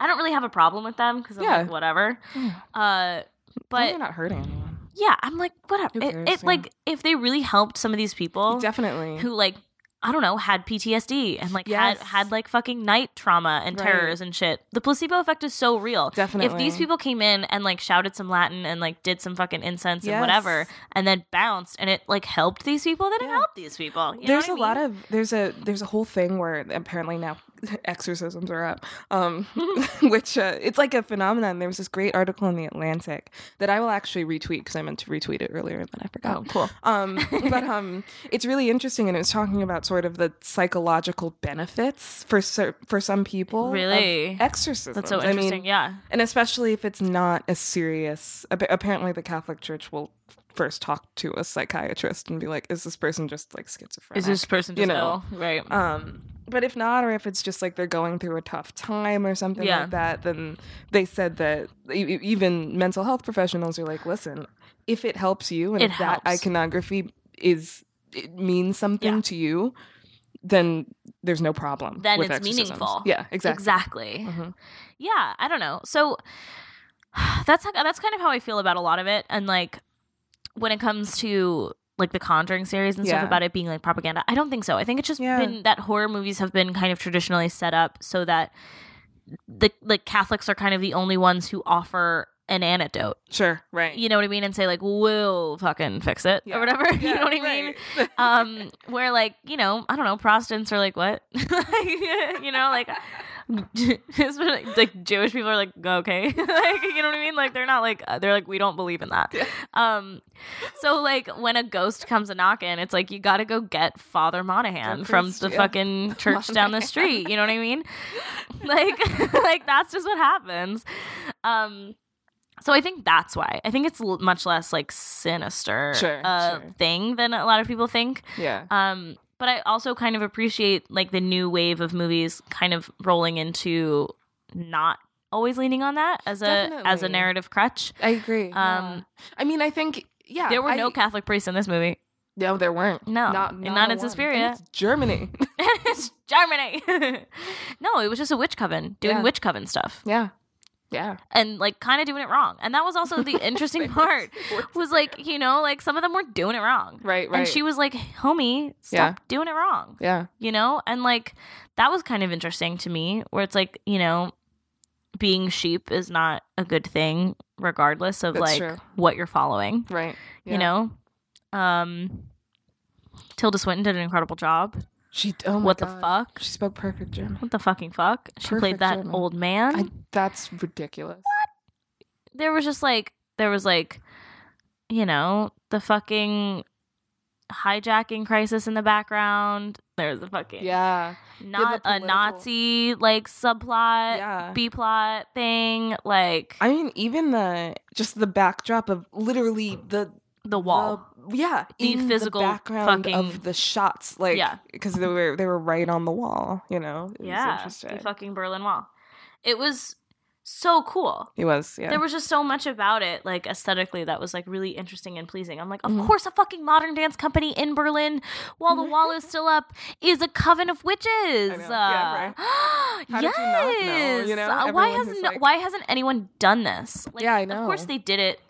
Speaker 6: I don't really have a problem with them because I'm
Speaker 5: Yeah. Hmm.
Speaker 6: like, whatever.
Speaker 5: Yeah.
Speaker 6: Uh,
Speaker 5: are
Speaker 6: but
Speaker 5: not hurting anyone.
Speaker 6: yeah, I'm like, whatever.
Speaker 5: Who
Speaker 6: It,
Speaker 5: cares,
Speaker 6: it
Speaker 5: yeah.
Speaker 6: like if they really helped some of these people
Speaker 5: Definitely.
Speaker 6: who like I don't know had PTSD and like
Speaker 5: Yes.
Speaker 6: had had like fucking night trauma and
Speaker 5: Right.
Speaker 6: terrors and shit. The placebo effect is so real. If
Speaker 5: Definitely.
Speaker 6: these people came in and like shouted some Latin and like did some fucking incense and
Speaker 5: Yes.
Speaker 6: whatever, and then bounced and it like helped these people, then it
Speaker 5: Yeah.
Speaker 6: helped these people. You know
Speaker 5: there's
Speaker 6: what I
Speaker 5: a
Speaker 6: mean?
Speaker 5: lot of there's a there's a whole thing where apparently now exorcisms are up um which uh, it's like a phenomenon there was this great article in the atlantic that i will actually retweet because i meant to retweet it earlier and then i forgot
Speaker 6: Oh, cool.
Speaker 5: um but um it's really interesting and it was talking about sort of the psychological benefits for cer- for some people of
Speaker 6: Really?
Speaker 5: exorcisms
Speaker 6: That's so
Speaker 5: I mean,
Speaker 6: interesting. yeah.
Speaker 5: and especially if it's not a serious ap- apparently the catholic church will first talk to a psychiatrist and be like is this person just like schizophrenic
Speaker 6: Is this person just
Speaker 5: you know.
Speaker 6: ill? Right.
Speaker 5: um but if not or if it's just like they're going through a tough time or something
Speaker 6: Yeah.
Speaker 5: like that then they said that e- e- even mental health professionals are like listen if it helps you and
Speaker 6: It
Speaker 5: if that
Speaker 6: helps.
Speaker 5: iconography is it means something
Speaker 6: Yeah.
Speaker 5: to you then there's no problem
Speaker 6: Then
Speaker 5: with
Speaker 6: it's
Speaker 5: exorcisms.
Speaker 6: meaningful.
Speaker 5: yeah exactly
Speaker 6: Exactly.
Speaker 5: Mhm.
Speaker 6: Yeah, I don't know. So that's how- that's kind of how I feel about a lot of it, and like when it comes to like the Conjuring series and
Speaker 5: Yeah.
Speaker 6: stuff about it being like propaganda, I don't think so. I think it's just
Speaker 5: Yeah.
Speaker 6: been that horror movies have been kind of traditionally set up so that the like Catholics are kind of the only ones who offer an antidote.
Speaker 5: sure right
Speaker 6: You know what I mean? And say like, "We'll fucking fix it"
Speaker 5: Yeah.
Speaker 6: or whatever. you
Speaker 5: Yeah,
Speaker 6: know what I mean?
Speaker 5: right.
Speaker 6: um where like you know i don't know protestants are like what you know like it's really- like jewish people are like okay like you know what i mean like they're not like uh, they're like we don't believe in that um so like when a ghost comes a knocking it's like you gotta go get father monahan
Speaker 5: The
Speaker 6: from
Speaker 5: priest,
Speaker 6: the
Speaker 5: yeah.
Speaker 6: fucking church down the street you know what i mean like like that's just what happens um so I think that's why. I think it's l- much less like sinister
Speaker 5: Sure,
Speaker 6: uh,
Speaker 5: sure.
Speaker 6: thing than a lot of people think.
Speaker 5: yeah
Speaker 6: Um, but I also kind of appreciate like the new wave of movies kind of rolling into not always leaning on that as a as a
Speaker 5: Definitely.
Speaker 6: narrative crutch.
Speaker 5: I agree. yeah.
Speaker 6: Um,
Speaker 5: I mean, I think yeah.
Speaker 6: there were
Speaker 5: I-
Speaker 6: no Catholic priests in this movie.
Speaker 5: No, there weren't.
Speaker 6: No,
Speaker 5: not
Speaker 6: and
Speaker 5: not, a
Speaker 6: not in
Speaker 5: one. And
Speaker 6: Suspiria.
Speaker 5: It's Germany.
Speaker 6: it's Germany. no, it was just a witch coven doing
Speaker 5: Yeah.
Speaker 6: witch coven stuff
Speaker 5: yeah, yeah.
Speaker 6: and like kind of doing it wrong. And that was also the interesting part was like, you know, like some of them were doing it wrong.
Speaker 5: Right, right.
Speaker 6: And she was like, homie, stop
Speaker 5: Yeah.
Speaker 6: doing it wrong,
Speaker 5: yeah,
Speaker 6: you know? And like that was kind of interesting to me where it's like, you know, being sheep is not a good thing regardless of
Speaker 5: That's
Speaker 6: like
Speaker 5: true.
Speaker 6: what you're following,
Speaker 5: right. Yeah.
Speaker 6: you know? Um Tilda Swinton did an incredible job.
Speaker 5: she. Oh my
Speaker 6: what the
Speaker 5: God.
Speaker 6: fuck?
Speaker 5: She spoke perfect German.
Speaker 6: What the fucking fuck? She played
Speaker 5: Perfect
Speaker 6: that
Speaker 5: German.
Speaker 6: old man.
Speaker 5: I, that's ridiculous.
Speaker 6: there was just like there was like, you know, the fucking hijacking crisis in the background. There was a fucking
Speaker 5: Yeah,
Speaker 6: not a
Speaker 5: political-
Speaker 6: Nazi like subplot
Speaker 5: yeah.
Speaker 6: B plot thing like
Speaker 5: I mean, even the just the backdrop of literally the
Speaker 6: the wall.
Speaker 5: the- yeah,
Speaker 6: The
Speaker 5: in
Speaker 6: physical
Speaker 5: the background
Speaker 6: fucking-
Speaker 5: of the shots, like
Speaker 6: Yeah.
Speaker 5: because they were they were right on the wall. You know, it was
Speaker 6: yeah,
Speaker 5: interesting.
Speaker 6: the fucking Berlin Wall. It was so cool.
Speaker 5: It was yeah.
Speaker 6: There was just so much about it, like aesthetically, that was like really interesting and pleasing. I'm like, of
Speaker 5: Mhm.
Speaker 6: course, a fucking modern dance company in Berlin, while the wall is still up, is a coven of witches.
Speaker 5: Yeah,
Speaker 6: Uh,
Speaker 5: How
Speaker 6: yes.
Speaker 5: did you not know, you know?
Speaker 6: Uh,
Speaker 5: Everyone
Speaker 6: why hasn't
Speaker 5: who's
Speaker 6: no-
Speaker 5: like-
Speaker 6: Why hasn't anyone done this? Like,
Speaker 5: Yeah, I
Speaker 6: Of course,
Speaker 5: know.
Speaker 6: they did it.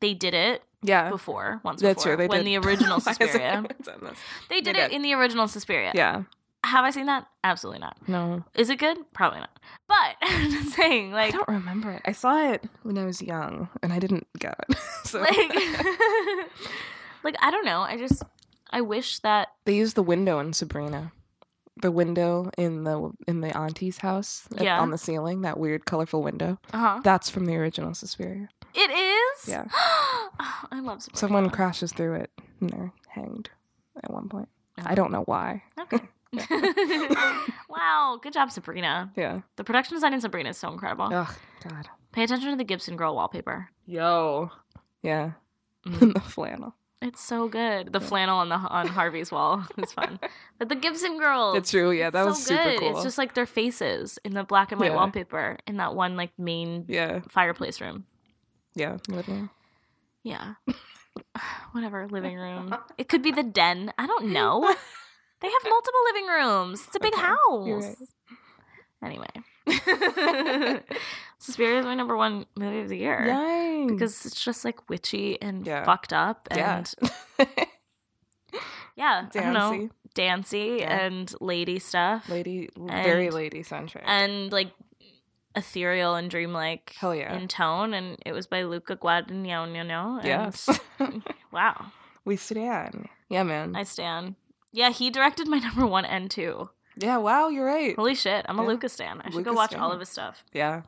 Speaker 6: They did it
Speaker 5: yeah.
Speaker 6: before once.
Speaker 5: That's
Speaker 6: before,
Speaker 5: true. They
Speaker 6: when
Speaker 5: did.
Speaker 6: the original
Speaker 5: Why hasn't
Speaker 6: Suspiria,
Speaker 5: anyone done this?
Speaker 6: they did
Speaker 5: They
Speaker 6: it
Speaker 5: did.
Speaker 6: in the original Suspiria.
Speaker 5: Yeah.
Speaker 6: Have I seen that? Absolutely not.
Speaker 5: No.
Speaker 6: Is it good? Probably not. But I'm just saying,
Speaker 5: I
Speaker 6: like,
Speaker 5: don't remember it. I saw it when I was young and I didn't get it. so
Speaker 6: like like i don't know i just i wish that
Speaker 5: they used the window in Sabrina. The window in the in the auntie's house at-
Speaker 6: Yeah.
Speaker 5: on the ceiling, that weird colorful window.
Speaker 6: uh-huh
Speaker 5: That's from the original Suspiria.
Speaker 6: it is
Speaker 5: Yeah.
Speaker 6: Oh, i love Sabrina.
Speaker 5: Someone crashes through it and they're hanged at one point. I don't know why.
Speaker 6: okay wow good job sabrina
Speaker 5: Yeah.
Speaker 6: the production design in sabrina is so incredible
Speaker 5: Ugh, God.
Speaker 6: pay attention to the gibson girl wallpaper
Speaker 5: Yo. Yeah.
Speaker 6: Mm.
Speaker 5: the flannel.
Speaker 6: it's so good the flannel on the on harvey's wall is fun but the gibson girl
Speaker 5: It's true. Yeah, that was super cool.
Speaker 6: it's just like their faces in the black and white
Speaker 5: Yeah.
Speaker 6: wallpaper in that one like main
Speaker 5: yeah.
Speaker 6: fireplace room
Speaker 5: Yeah. literally.
Speaker 6: Yeah. Whatever, living room. It could be the den. I don't know. They have multiple living rooms. It's a big
Speaker 5: Okay, you're
Speaker 6: house. Anyway. Suspiria is my number one movie of the year.
Speaker 5: Yay.
Speaker 6: Because it's just like witchy and
Speaker 5: Yeah.
Speaker 6: fucked up
Speaker 5: Yeah.
Speaker 6: and yeah, I don't know,
Speaker 5: Dancy.
Speaker 6: dancy
Speaker 5: Yeah.
Speaker 6: and lady stuff.
Speaker 5: lady very
Speaker 6: And-
Speaker 5: lady centric.
Speaker 6: And like ethereal and dreamlike
Speaker 5: Hell yeah.
Speaker 6: in tone. And it was by Luca Guadagnino. and-
Speaker 5: Yes.
Speaker 6: Wow.
Speaker 5: we stand. Yeah, man.
Speaker 6: I stan. Yeah, he directed my number one and two.
Speaker 5: yeah, wow, you're right.
Speaker 6: Holy shit, I'm a
Speaker 5: Yeah.
Speaker 6: Lucas stan. I should go
Speaker 5: Lucas
Speaker 6: watch
Speaker 5: stan.
Speaker 6: all of his stuff.
Speaker 5: Yeah.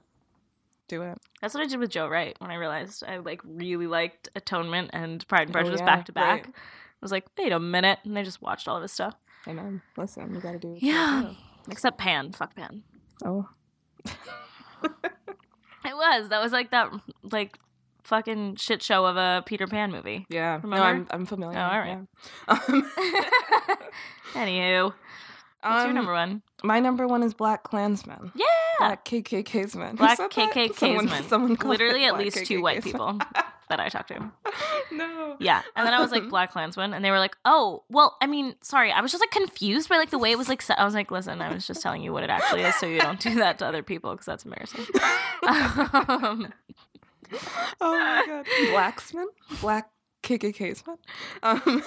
Speaker 5: Do it.
Speaker 6: That's what I did with Joe Wright when I realized I like really liked Atonement and Pride and
Speaker 5: Oh,
Speaker 6: Prejudice
Speaker 5: yeah,
Speaker 6: back to back.
Speaker 5: right.
Speaker 6: I was like, wait a minute, and I just watched all of his stuff.
Speaker 5: I know. Listen, you gotta do what you
Speaker 6: Yeah.
Speaker 5: gotta do.
Speaker 6: Except Pan, fuck Pan.
Speaker 5: Oh.
Speaker 6: It was that was like that like fucking shit show of a Peter Pan movie.
Speaker 5: Yeah.
Speaker 6: Remember?
Speaker 5: No, I'm I'm familiar.
Speaker 6: Oh, all right.
Speaker 5: yeah. Um,
Speaker 6: Anywho, what's your
Speaker 5: um,
Speaker 6: number one?
Speaker 5: My number one is Black Klansman.
Speaker 6: Yeah.
Speaker 5: Black KKK's men. Who
Speaker 6: Black
Speaker 5: said that?
Speaker 6: KKK's
Speaker 5: someone,
Speaker 6: men.
Speaker 5: Someone called
Speaker 6: Literally
Speaker 5: it
Speaker 6: at
Speaker 5: Black
Speaker 6: least two
Speaker 5: KKK's
Speaker 6: white
Speaker 5: men.
Speaker 6: people that I talked to.
Speaker 5: no.
Speaker 6: Yeah. And then I was like Black Klansman and they were like, "Oh, well, I mean, sorry. I was just like confused by like the way it was like set." I was like, "Listen, I was just telling you what it actually is so you don't do that to other people because that's embarrassing." um,
Speaker 5: Oh my god. Blacksman? Black KKK's men? Um,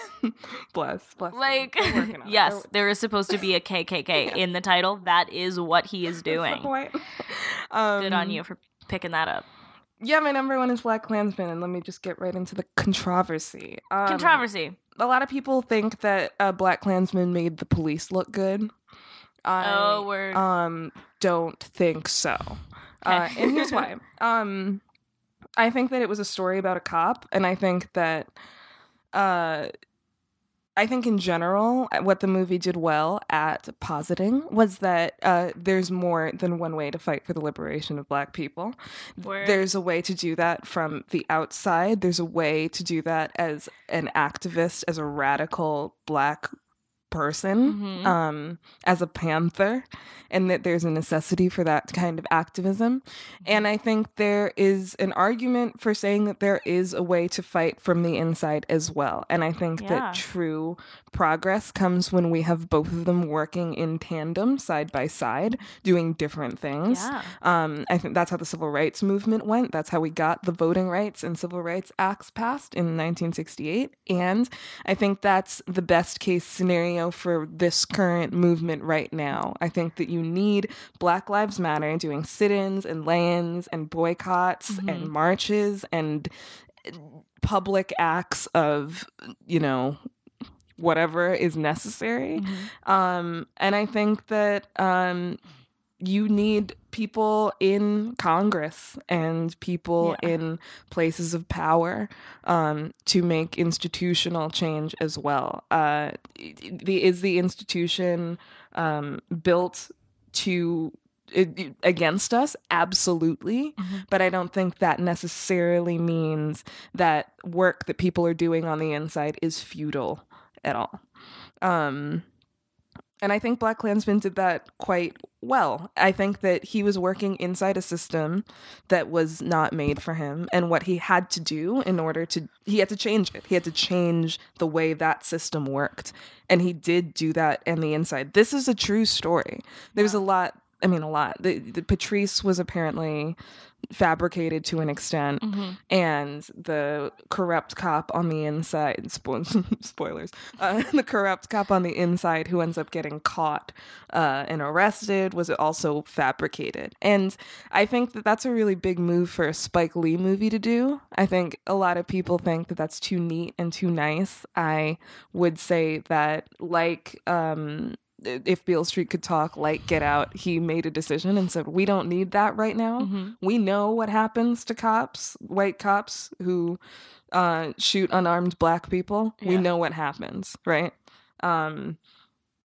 Speaker 5: bless, bless. them.
Speaker 6: like
Speaker 5: They're working on it. They're-
Speaker 6: yes, there is supposed to be a KKK in the title. That is what he is
Speaker 5: That's the
Speaker 6: doing.
Speaker 5: point. Um,
Speaker 6: Good on you for picking that up.
Speaker 5: Yeah, my number one is Black Klansman, and let me just get right into the controversy. Um,
Speaker 6: Controversy.
Speaker 5: A lot of people think that uh, Black Klansman made the police look good. I,
Speaker 6: oh, word.
Speaker 5: um, don't think so. Uh,
Speaker 6: Okay.
Speaker 5: and here's why. Um, I think that it was a story about a cop, and I think that, uh, I think in general, uh, what the movie did well at positing was that uh, there's more than one way to fight for the liberation of Black people.
Speaker 6: Word.
Speaker 5: There's a way to do that from the outside. There's a way to do that as an activist, as a radical Black person
Speaker 6: Mhm.
Speaker 5: um, as a panther, and that there's a necessity for that kind of activism. And I think there is an argument for saying that there is a way to fight from the inside as well. And I think
Speaker 6: Yeah.
Speaker 5: that true progress comes when we have both of them working in tandem, side by side, doing different things.
Speaker 6: Yeah.
Speaker 5: Um, I think that's how the civil rights movement went. That's how we got the Voting Rights and Civil Rights Acts passed in 1968. And I think that's the best case scenario for this current movement right now. I think that you need Black Lives Matter doing sit ins and lay ins and boycotts and marches and eh, public acts of, you know, whatever is necessary.
Speaker 6: Mm-hmm,
Speaker 5: Um, and I think that um, you need people in Congress and people
Speaker 6: Yeah.
Speaker 5: in places of power um, to make institutional change as well. Uh, the, is the institution um, built to it- against us absolutely
Speaker 6: Mhm.
Speaker 5: but i don't think that necessarily means that work that people are doing on the inside is futile at all um and I think Black Klansman did that quite well. I think that he was working inside a system that was not made for him, and what he had to do in order to he had to change it. He had to change the way that system worked, and he did do that on the inside. This is a true story. There's a lot. I mean, a lot. The, the Patrice was apparently fabricated to an extent
Speaker 6: Mhm.
Speaker 5: and the corrupt cop on the inside spo- spoilers uh, the corrupt cop on the inside who ends up getting caught uh, and arrested was also fabricated and i think that that's a really big move for a spike lee movie to do i think a lot of people think that that's too neat and too nice i would say that like um if Beale Street could talk, like Get Out, he made a decision and said, "We don't need that right now.
Speaker 6: Mhm.
Speaker 5: We know what happens to cops, white cops who uh, shoot unarmed black people. We
Speaker 6: Yeah.
Speaker 5: know what happens, right? Um,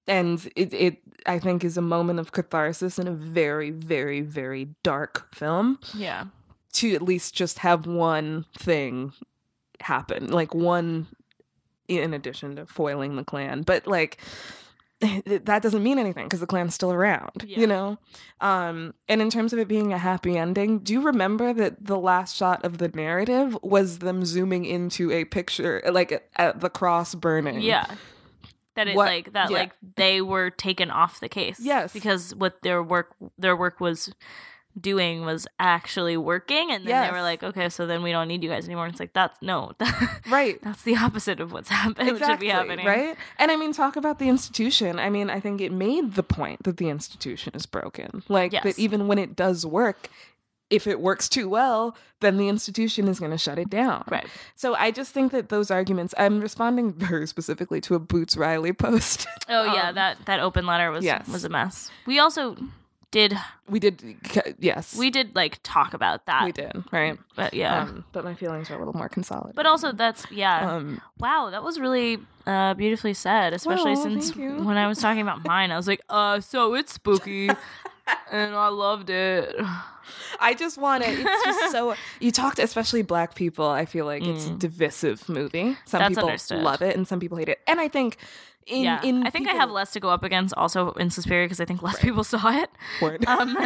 Speaker 5: and it, it, I think, is a moment of catharsis in a very, very, very dark film
Speaker 6: Yeah.
Speaker 5: to at least just have one thing happen, like one in addition to foiling the Klan, but like that doesn't mean anything because the Klan's still around,
Speaker 6: Yeah.
Speaker 5: you know. Um, and in terms of it being a happy ending, do you remember that the last shot of the narrative was them zooming into a picture, like at, at the cross burning?
Speaker 6: Yeah. That it
Speaker 5: What-
Speaker 6: like that
Speaker 5: yeah.
Speaker 6: like they were taken off the case.
Speaker 5: Yes.
Speaker 6: Because what their work their work was doing was actually working and then they were
Speaker 5: Yes.
Speaker 6: like, Okay, so then we don't need you guys anymore. And it's like that's no
Speaker 5: right.
Speaker 6: that's the opposite of what's happening should be happening.
Speaker 5: Right? And I mean, talk about the institution. I mean, I think it made the point that the institution is broken. Like,
Speaker 6: Yes.
Speaker 5: that even when it does work, if it works too well, then the institution is going to shut it down.
Speaker 6: Right.
Speaker 5: So I just think that those arguments, I'm responding very specifically to a Boots Riley post.
Speaker 6: Oh yeah,
Speaker 5: Um,
Speaker 6: that that open letter was
Speaker 5: yes.
Speaker 6: was a mess. We also did
Speaker 5: we did, yes.
Speaker 6: we did like talk about that.
Speaker 5: we did, right?
Speaker 6: But yeah.
Speaker 5: Um, but my feelings are a little more consolidated.
Speaker 6: but uh, also that's yeah.
Speaker 5: um,
Speaker 6: Wow, that was really uh, beautifully said, especially
Speaker 5: Well,
Speaker 6: since
Speaker 5: thank you.
Speaker 6: when I was talking about mine, I was like, uh, so it's spooky. and I loved it.
Speaker 5: I just want it. It's just so you talk to especially black people. I feel like it's a
Speaker 6: Mm.
Speaker 5: divisive movie. Some
Speaker 6: That's
Speaker 5: people
Speaker 6: understood.
Speaker 5: love it and some people hate it. And I think in
Speaker 6: yeah.
Speaker 5: in
Speaker 6: I think I have less to go up against also in Suspiria because I think less people saw it.
Speaker 5: word.
Speaker 6: Um,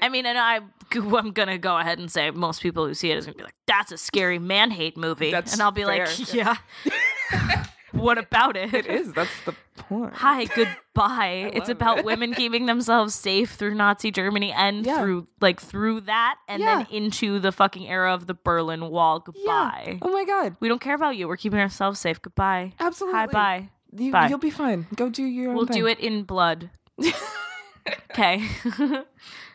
Speaker 6: I mean, and I, I'm going to go ahead and say most people who see it is going to be like, that's a scary man hate movie.
Speaker 5: That's
Speaker 6: and I'll be like,
Speaker 5: fair.
Speaker 6: yeah. what about it?
Speaker 5: it is. That's the point.
Speaker 6: Hi, goodbye. it's
Speaker 5: love
Speaker 6: about
Speaker 5: it.
Speaker 6: women keeping themselves safe through Nazi Germany and
Speaker 5: Yeah.
Speaker 6: through like through that and then into the fucking era of the Berlin Wall. Goodbye.
Speaker 5: Oh my god.
Speaker 6: We don't care about you. We're keeping ourselves safe. Goodbye.
Speaker 5: Absolutely.
Speaker 6: Hi, bye.
Speaker 5: You,
Speaker 6: Bye.
Speaker 5: You'll be fine. Go do your own
Speaker 6: We'll do
Speaker 5: thing.
Speaker 6: it in blood. Okay.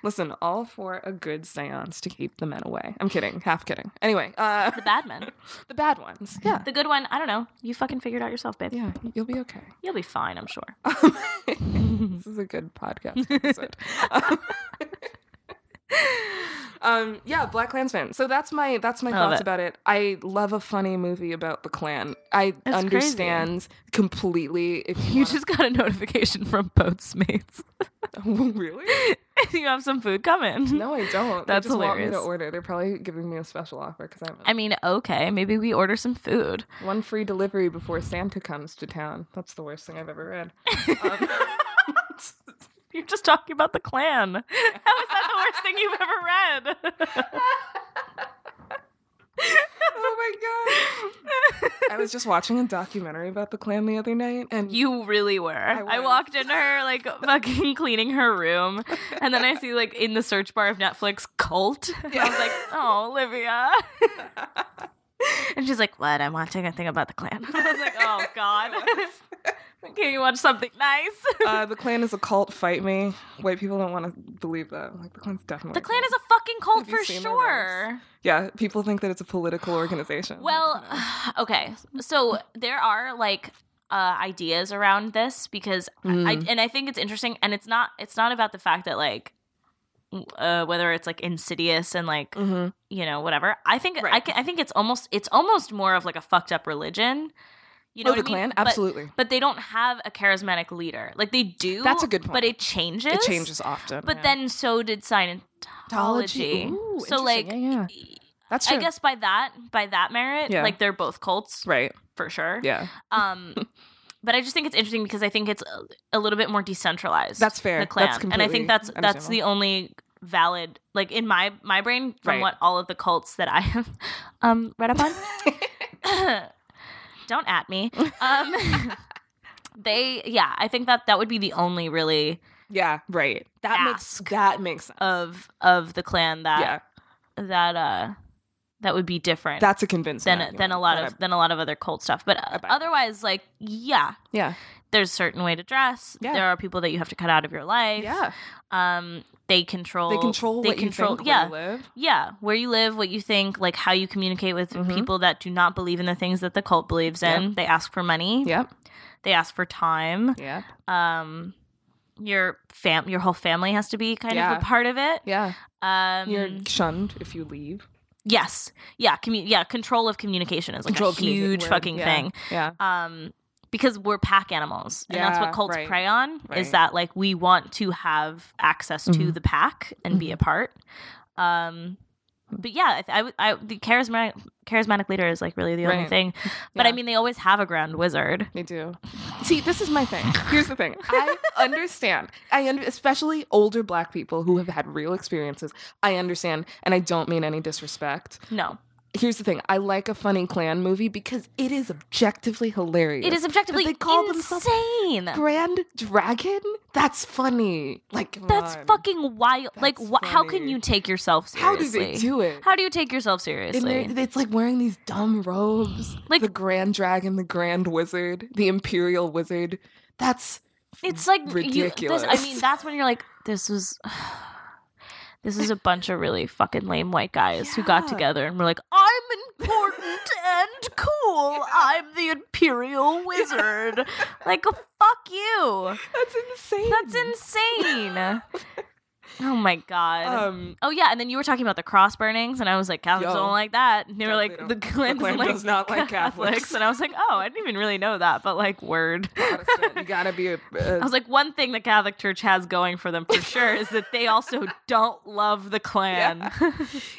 Speaker 5: Listen, all for a good séance to keep the men away. I'm kidding. Half kidding. Anyway, uh
Speaker 6: the bad men.
Speaker 5: the bad ones. Yeah.
Speaker 6: The good one, I don't know. You fucking figured out yourself, babe.
Speaker 5: Yeah, you'll be okay.
Speaker 6: You'll be fine, I'm sure.
Speaker 5: Um, this is a good podcast episode. Um, Um, yeah, Black Klansman. So that's my that's my
Speaker 6: Love
Speaker 5: thoughts
Speaker 6: it.
Speaker 5: about it. I love a funny movie about the Klan. I
Speaker 6: That's
Speaker 5: understand completely. If you,
Speaker 6: You just got a notification from Postmates.
Speaker 5: wanna- Oh, really?
Speaker 6: you have some food coming.
Speaker 5: No, I don't.
Speaker 6: That's
Speaker 5: they just Want me
Speaker 6: hilarious.
Speaker 5: to order. They're probably giving me a special offer because I'm
Speaker 6: I mean, okay, maybe we order some food.
Speaker 5: one free delivery before Santa comes to town. That's the worst thing I've ever read.
Speaker 6: You're just talking about the clan. How is that the worst thing you've ever read?
Speaker 5: oh my god! I was just watching a documentary about the Klan the other night, and
Speaker 6: You really were. I,
Speaker 5: was.
Speaker 6: walked into her like fucking cleaning her room, and then I see like in the search bar of Netflix cult. And I was like, oh, Olivia. and she's like, what? I'm watching a thing about the clan. I was like, oh god. Can you watch something nice?
Speaker 5: uh, the Klan is a cult. Fight me. White people don't want to believe that. I'm like the Klan's definitely
Speaker 6: the clan
Speaker 5: a
Speaker 6: is a fucking cult
Speaker 5: Have you
Speaker 6: for
Speaker 5: seen their
Speaker 6: sure.
Speaker 5: Yeah, people think that it's a political organization.
Speaker 6: Well, okay. So there are like uh, ideas around this because I,
Speaker 5: Mm.
Speaker 6: I and I think it's interesting, and it's not it's not about the fact that like uh, whether it's like insidious and like
Speaker 5: Mhm.
Speaker 6: you know whatever. I think I
Speaker 5: Right.
Speaker 6: can, I think it's almost it's almost more of like a fucked up religion. You know
Speaker 5: oh, the
Speaker 6: what I mean?
Speaker 5: Klan,
Speaker 6: But-
Speaker 5: absolutely.
Speaker 6: But, they don't have a charismatic leader. Like they do.
Speaker 5: That's a good point.
Speaker 6: But it changes.
Speaker 5: It changes often.
Speaker 6: But
Speaker 5: yeah.
Speaker 6: then so did Scientology.
Speaker 5: Ooh,
Speaker 6: so
Speaker 5: interesting.
Speaker 6: like.
Speaker 5: yeah, yeah. that's true.
Speaker 6: I guess by that by that merit,
Speaker 5: Yeah.
Speaker 6: like they're both cults
Speaker 5: right.
Speaker 6: for sure.
Speaker 5: Yeah,
Speaker 6: Um, but I just think it's interesting because I think it's a- a little bit more decentralized.
Speaker 5: That's fair.
Speaker 6: The clan,
Speaker 5: That's
Speaker 6: and I
Speaker 5: completely
Speaker 6: think that's that's
Speaker 5: understandable.
Speaker 6: the only valid like in my my brain from
Speaker 5: Right.
Speaker 6: what all of the cults that I have um read up on. Don't at me. Um, they yeah, I think that that would be the only really
Speaker 5: yeah, right. That
Speaker 6: Ask.
Speaker 5: makes that makes sense.
Speaker 6: of of the clan
Speaker 5: yeah,
Speaker 6: that that uh that would be different.
Speaker 5: that's a convincing.
Speaker 6: than
Speaker 5: argument.
Speaker 6: than a lot
Speaker 5: That
Speaker 6: of
Speaker 5: I-
Speaker 6: than a lot of other cult stuff. But uh,
Speaker 5: buy that.
Speaker 6: otherwise, like yeah,
Speaker 5: yeah,
Speaker 6: there's a certain way to dress.
Speaker 5: Yeah.
Speaker 6: There are people that you have to cut out of your life.
Speaker 5: yeah.
Speaker 6: Um, they control.
Speaker 5: They control what you think,
Speaker 6: yeah.
Speaker 5: where you live.
Speaker 6: yeah, where you live, what you think, like how you communicate with
Speaker 5: Mhm.
Speaker 6: people that do not believe in the things that the cult believes in. They ask for money.
Speaker 5: Yep,
Speaker 6: They ask for time.
Speaker 5: yep,
Speaker 6: Um, your fam, your whole family has to be kind of
Speaker 5: Yeah.
Speaker 6: a part of it.
Speaker 5: yeah.
Speaker 6: Um,
Speaker 5: You're shunned if you leave.
Speaker 6: yes, yeah, commu- yeah. Control of communication is like
Speaker 5: Control
Speaker 6: a
Speaker 5: of communication
Speaker 6: huge
Speaker 5: word,
Speaker 6: fucking
Speaker 5: yeah,
Speaker 6: thing.
Speaker 5: Yeah,
Speaker 6: um because we're pack animals and that's
Speaker 5: Yeah,
Speaker 6: what cults
Speaker 5: right.
Speaker 6: prey on is
Speaker 5: Right.
Speaker 6: that like we want to have access to
Speaker 5: Mhm.
Speaker 6: the pack and be
Speaker 5: Mm-hmm.
Speaker 6: a part um but yeah I, th- I, would- I the charismatic charismatic leader is like really the only
Speaker 5: Right.
Speaker 6: thing but i
Speaker 5: Yeah.
Speaker 6: mean they always have a grand wizard
Speaker 5: They do. See, this is my thing. Here's the thing. I understand. I under, especially older black people who have had real experiences. I understand, and I don't mean any disrespect.
Speaker 6: no
Speaker 5: Here's the thing. I like a funny Klan movie because it is objectively hilarious.
Speaker 6: it is objectively
Speaker 5: they call themselves
Speaker 6: insane
Speaker 5: Grand Dragon? That's funny. Like come
Speaker 6: that's
Speaker 5: on.
Speaker 6: fucking wild like
Speaker 5: That's
Speaker 6: wha how can
Speaker 5: funny.
Speaker 6: you take yourself
Speaker 5: How
Speaker 6: seriously
Speaker 5: do they do it?
Speaker 6: how do you take yourself
Speaker 5: And
Speaker 6: seriously
Speaker 5: they're- it's like wearing these dumb robes.
Speaker 6: Like-
Speaker 5: Like the Grand Dragon, the Grand Wizard, the Imperial Wizard. That's
Speaker 6: It's like You, this,
Speaker 5: ridiculous.
Speaker 6: I mean, that's when you're like, this was. This is a bunch of really fucking lame white guys who got
Speaker 5: Yeah.
Speaker 6: together and were like, I'm important and cool. I'm the Imperial Wizard. Like, fuck you.
Speaker 5: that's insane.
Speaker 6: That's insane. oh my God.
Speaker 5: Um
Speaker 6: oh, yeah. And then you were talking about the cross burnings, and I was like, Catholics
Speaker 5: Yo.
Speaker 6: don't like that. And they were like,
Speaker 5: Definitely
Speaker 6: the
Speaker 5: don't.
Speaker 6: Klan,
Speaker 5: The Klan
Speaker 6: doesn't
Speaker 5: does not like Catholics.
Speaker 6: And I was like, oh, I didn't even really know that, but like, word.
Speaker 5: Protestant. You gotta be a.
Speaker 6: I was like, one thing the Catholic Church has going for them for sure is that they also don't love the Klan.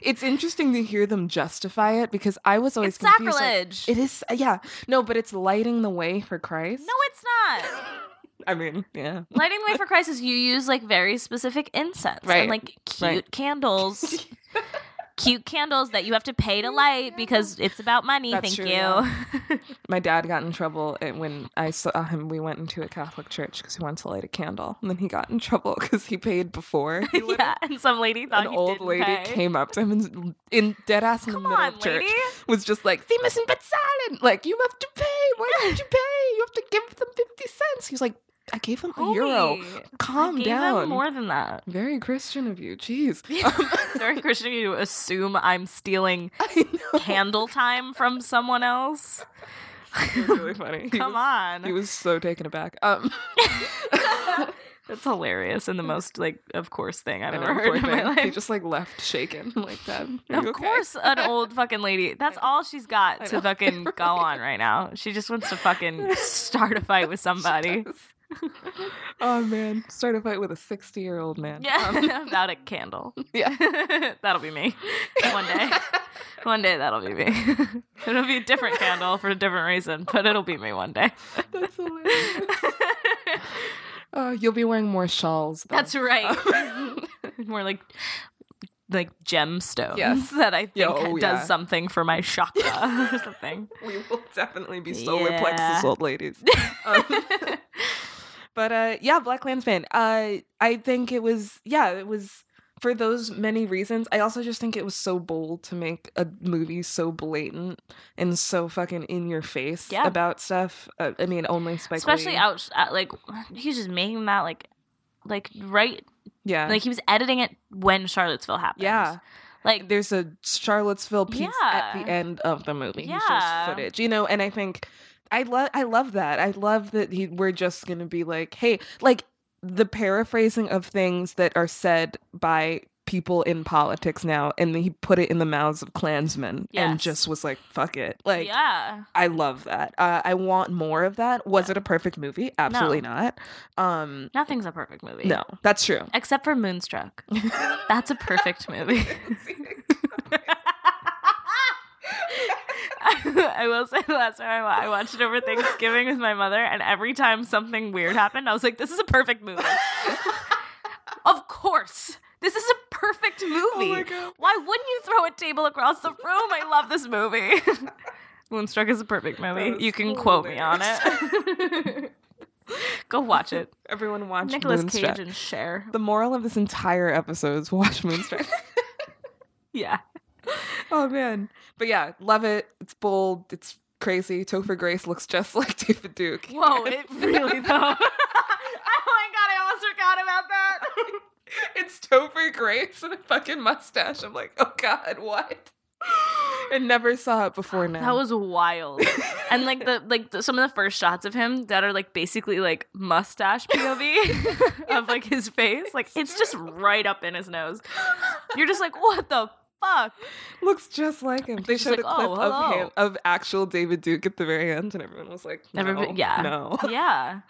Speaker 5: it's interesting to hear them justify it because I was always
Speaker 6: It's
Speaker 5: confused, like,
Speaker 6: sacrilege.
Speaker 5: it is, uh, yeah, no, but it's lighting the way for Christ.
Speaker 6: no, it's not.
Speaker 5: I mean, yeah,
Speaker 6: Lighting the way for Christ is you use like very specific incense
Speaker 5: Right.
Speaker 6: and like cute
Speaker 5: Right.
Speaker 6: candles. cute candles that you have to pay to light because it's about money.
Speaker 5: That's
Speaker 6: thank
Speaker 5: true,
Speaker 6: you.
Speaker 5: yeah. my dad got in trouble at- when I saw him. We went into a Catholic church because he wanted to light a candle, and then he got in trouble because he paid before. He lit
Speaker 6: yeah.
Speaker 5: it.
Speaker 6: And some lady thought
Speaker 5: An
Speaker 6: you
Speaker 5: old
Speaker 6: didn't
Speaker 5: lady
Speaker 6: pay.
Speaker 5: came up to him in, in dead ass in the
Speaker 6: Come
Speaker 5: middle
Speaker 6: on,
Speaker 5: of church.
Speaker 6: lady.
Speaker 5: was just like, they mustn't be silent. Like, you have to pay. Why don't you pay? You have to give them 50 cents. He was like, I gave them a euro.
Speaker 6: Homie, I
Speaker 5: Calm
Speaker 6: gave them
Speaker 5: down.
Speaker 6: more than that.
Speaker 5: Very Christian of you. Jeez.
Speaker 6: Sorry, Christian, you assume I'm stealing
Speaker 5: I know.
Speaker 6: candle time from someone else.
Speaker 5: It was really funny. He
Speaker 6: Come
Speaker 5: was-
Speaker 6: on.
Speaker 5: He was so taken aback. Um,
Speaker 6: That's hilarious and the most like of course thing I've
Speaker 5: And
Speaker 6: ever heard in my
Speaker 5: unfortunately, They
Speaker 6: life.
Speaker 5: just like left shaken like that.
Speaker 6: Of course, an old fucking lady. That's all she's got
Speaker 5: I
Speaker 6: to
Speaker 5: know,
Speaker 6: fucking
Speaker 5: right?
Speaker 6: go on right now. She just wants to fucking start a fight with somebody.
Speaker 5: oh man, start a fight with a sixty-year-old man.
Speaker 6: Yeah, about a candle.
Speaker 5: Um, yeah.
Speaker 6: that'll be me one day. One day that'll be me. it'll be a different candle for a different reason, but it'll be me one day.
Speaker 5: That's hilarious. Uh, you'll be wearing more shawls. Though.
Speaker 6: That's right. More like like gemstones
Speaker 5: Yes.
Speaker 6: that I think
Speaker 5: Yeah, oh,
Speaker 6: does
Speaker 5: yeah.
Speaker 6: something for my chakra or something.
Speaker 5: we will definitely be solar
Speaker 6: Yeah.
Speaker 5: plexus old ladies. Um, but uh, yeah, Black Klansman. Uh, I think it was yeah, it was for those many reasons. I also just think it was so bold to make a movie so blatant and so fucking in your face
Speaker 6: Yeah.
Speaker 5: about stuff. Uh, I mean, only Spike
Speaker 6: Especially
Speaker 5: Lee.
Speaker 6: out out- like he was just making them out like like right
Speaker 5: yeah,
Speaker 6: like he was editing it when Charlottesville happened.
Speaker 5: yeah.
Speaker 6: Like
Speaker 5: there's a Charlottesville piece at
Speaker 6: Yeah.
Speaker 5: the end of the movie. He
Speaker 6: Yeah.
Speaker 5: shows footage, you know, and I think I love I love that. I love that he we're just gonna be like, hey, like the paraphrasing of things that are said by people in politics now, and he put it in the mouths of Klansmen and
Speaker 6: Yes.
Speaker 5: just was like, fuck it, like.
Speaker 6: yeah.
Speaker 5: I love that. Uh, I want more of that. Was it a perfect movie? Absolutely not. Um,
Speaker 6: Nothing's a perfect movie.
Speaker 5: no, that's true.
Speaker 6: Except for Moonstruck. That's a perfect movie. I will say the last time I, wa- I watched it over Thanksgiving with my mother, and every time something weird happened, I was like, this is a perfect movie. of course. This is a perfect movie.
Speaker 5: Oh God.
Speaker 6: Why wouldn't you throw a table across the room? I love this movie. Moonstruck is a perfect movie.
Speaker 5: That is
Speaker 6: You can quote me on it. Go watch it.
Speaker 5: Everyone watch
Speaker 6: Nicholas
Speaker 5: Moonstruck.
Speaker 6: Cage and Cher.
Speaker 5: The moral of this entire episode is watch Moonstruck.
Speaker 6: Yeah.
Speaker 5: oh man. But yeah, love it. It's bold. It's crazy. Topher Grace looks just like David Duke.
Speaker 6: Whoa, it really though. oh my god, I almost forgot about that.
Speaker 5: it's Topher Grace and a fucking mustache. I'm like, oh god, what? I never saw it before now.
Speaker 6: That was wild. And like the like the, some of the first shots of him that are like basically like mustache POV of like his face, like it's just right up in his nose. You're just like, what the fuck?
Speaker 5: looks just like him. They
Speaker 6: She's
Speaker 5: showed
Speaker 6: like,
Speaker 5: a clip
Speaker 6: "Oh,
Speaker 5: of
Speaker 6: hello."
Speaker 5: him of actual David Duke at the very end, and everyone was like, no,
Speaker 6: Everybody- yeah.
Speaker 5: no.
Speaker 6: Yeah,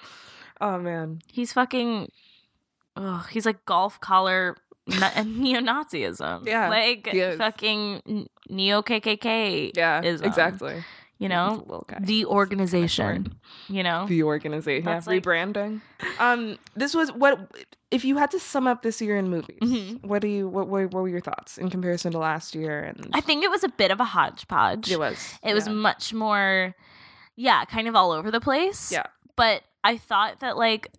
Speaker 5: Oh man.
Speaker 6: he's fucking. Oh, he's like golf collar na- and neo-Nazism.
Speaker 5: Yeah,
Speaker 6: like
Speaker 5: he is.
Speaker 6: fucking neo KKK.
Speaker 5: Yeah,
Speaker 6: Ism.
Speaker 5: exactly.
Speaker 6: um, you
Speaker 5: He's
Speaker 6: know,
Speaker 5: a little guy.
Speaker 6: the organization. You know,
Speaker 5: the organization
Speaker 6: That's
Speaker 5: yeah,
Speaker 6: like-
Speaker 5: rebranding Oh. um this was what if you had to sum up this year in movies
Speaker 6: Mhm.
Speaker 5: what do you what, were- what were your thoughts in comparison to last year and
Speaker 6: I think it was a bit of a hodgepodge.
Speaker 5: it was
Speaker 6: It was
Speaker 5: yeah.
Speaker 6: much more, yeah, kind of all over the place.
Speaker 5: Yeah.
Speaker 6: But I thought that like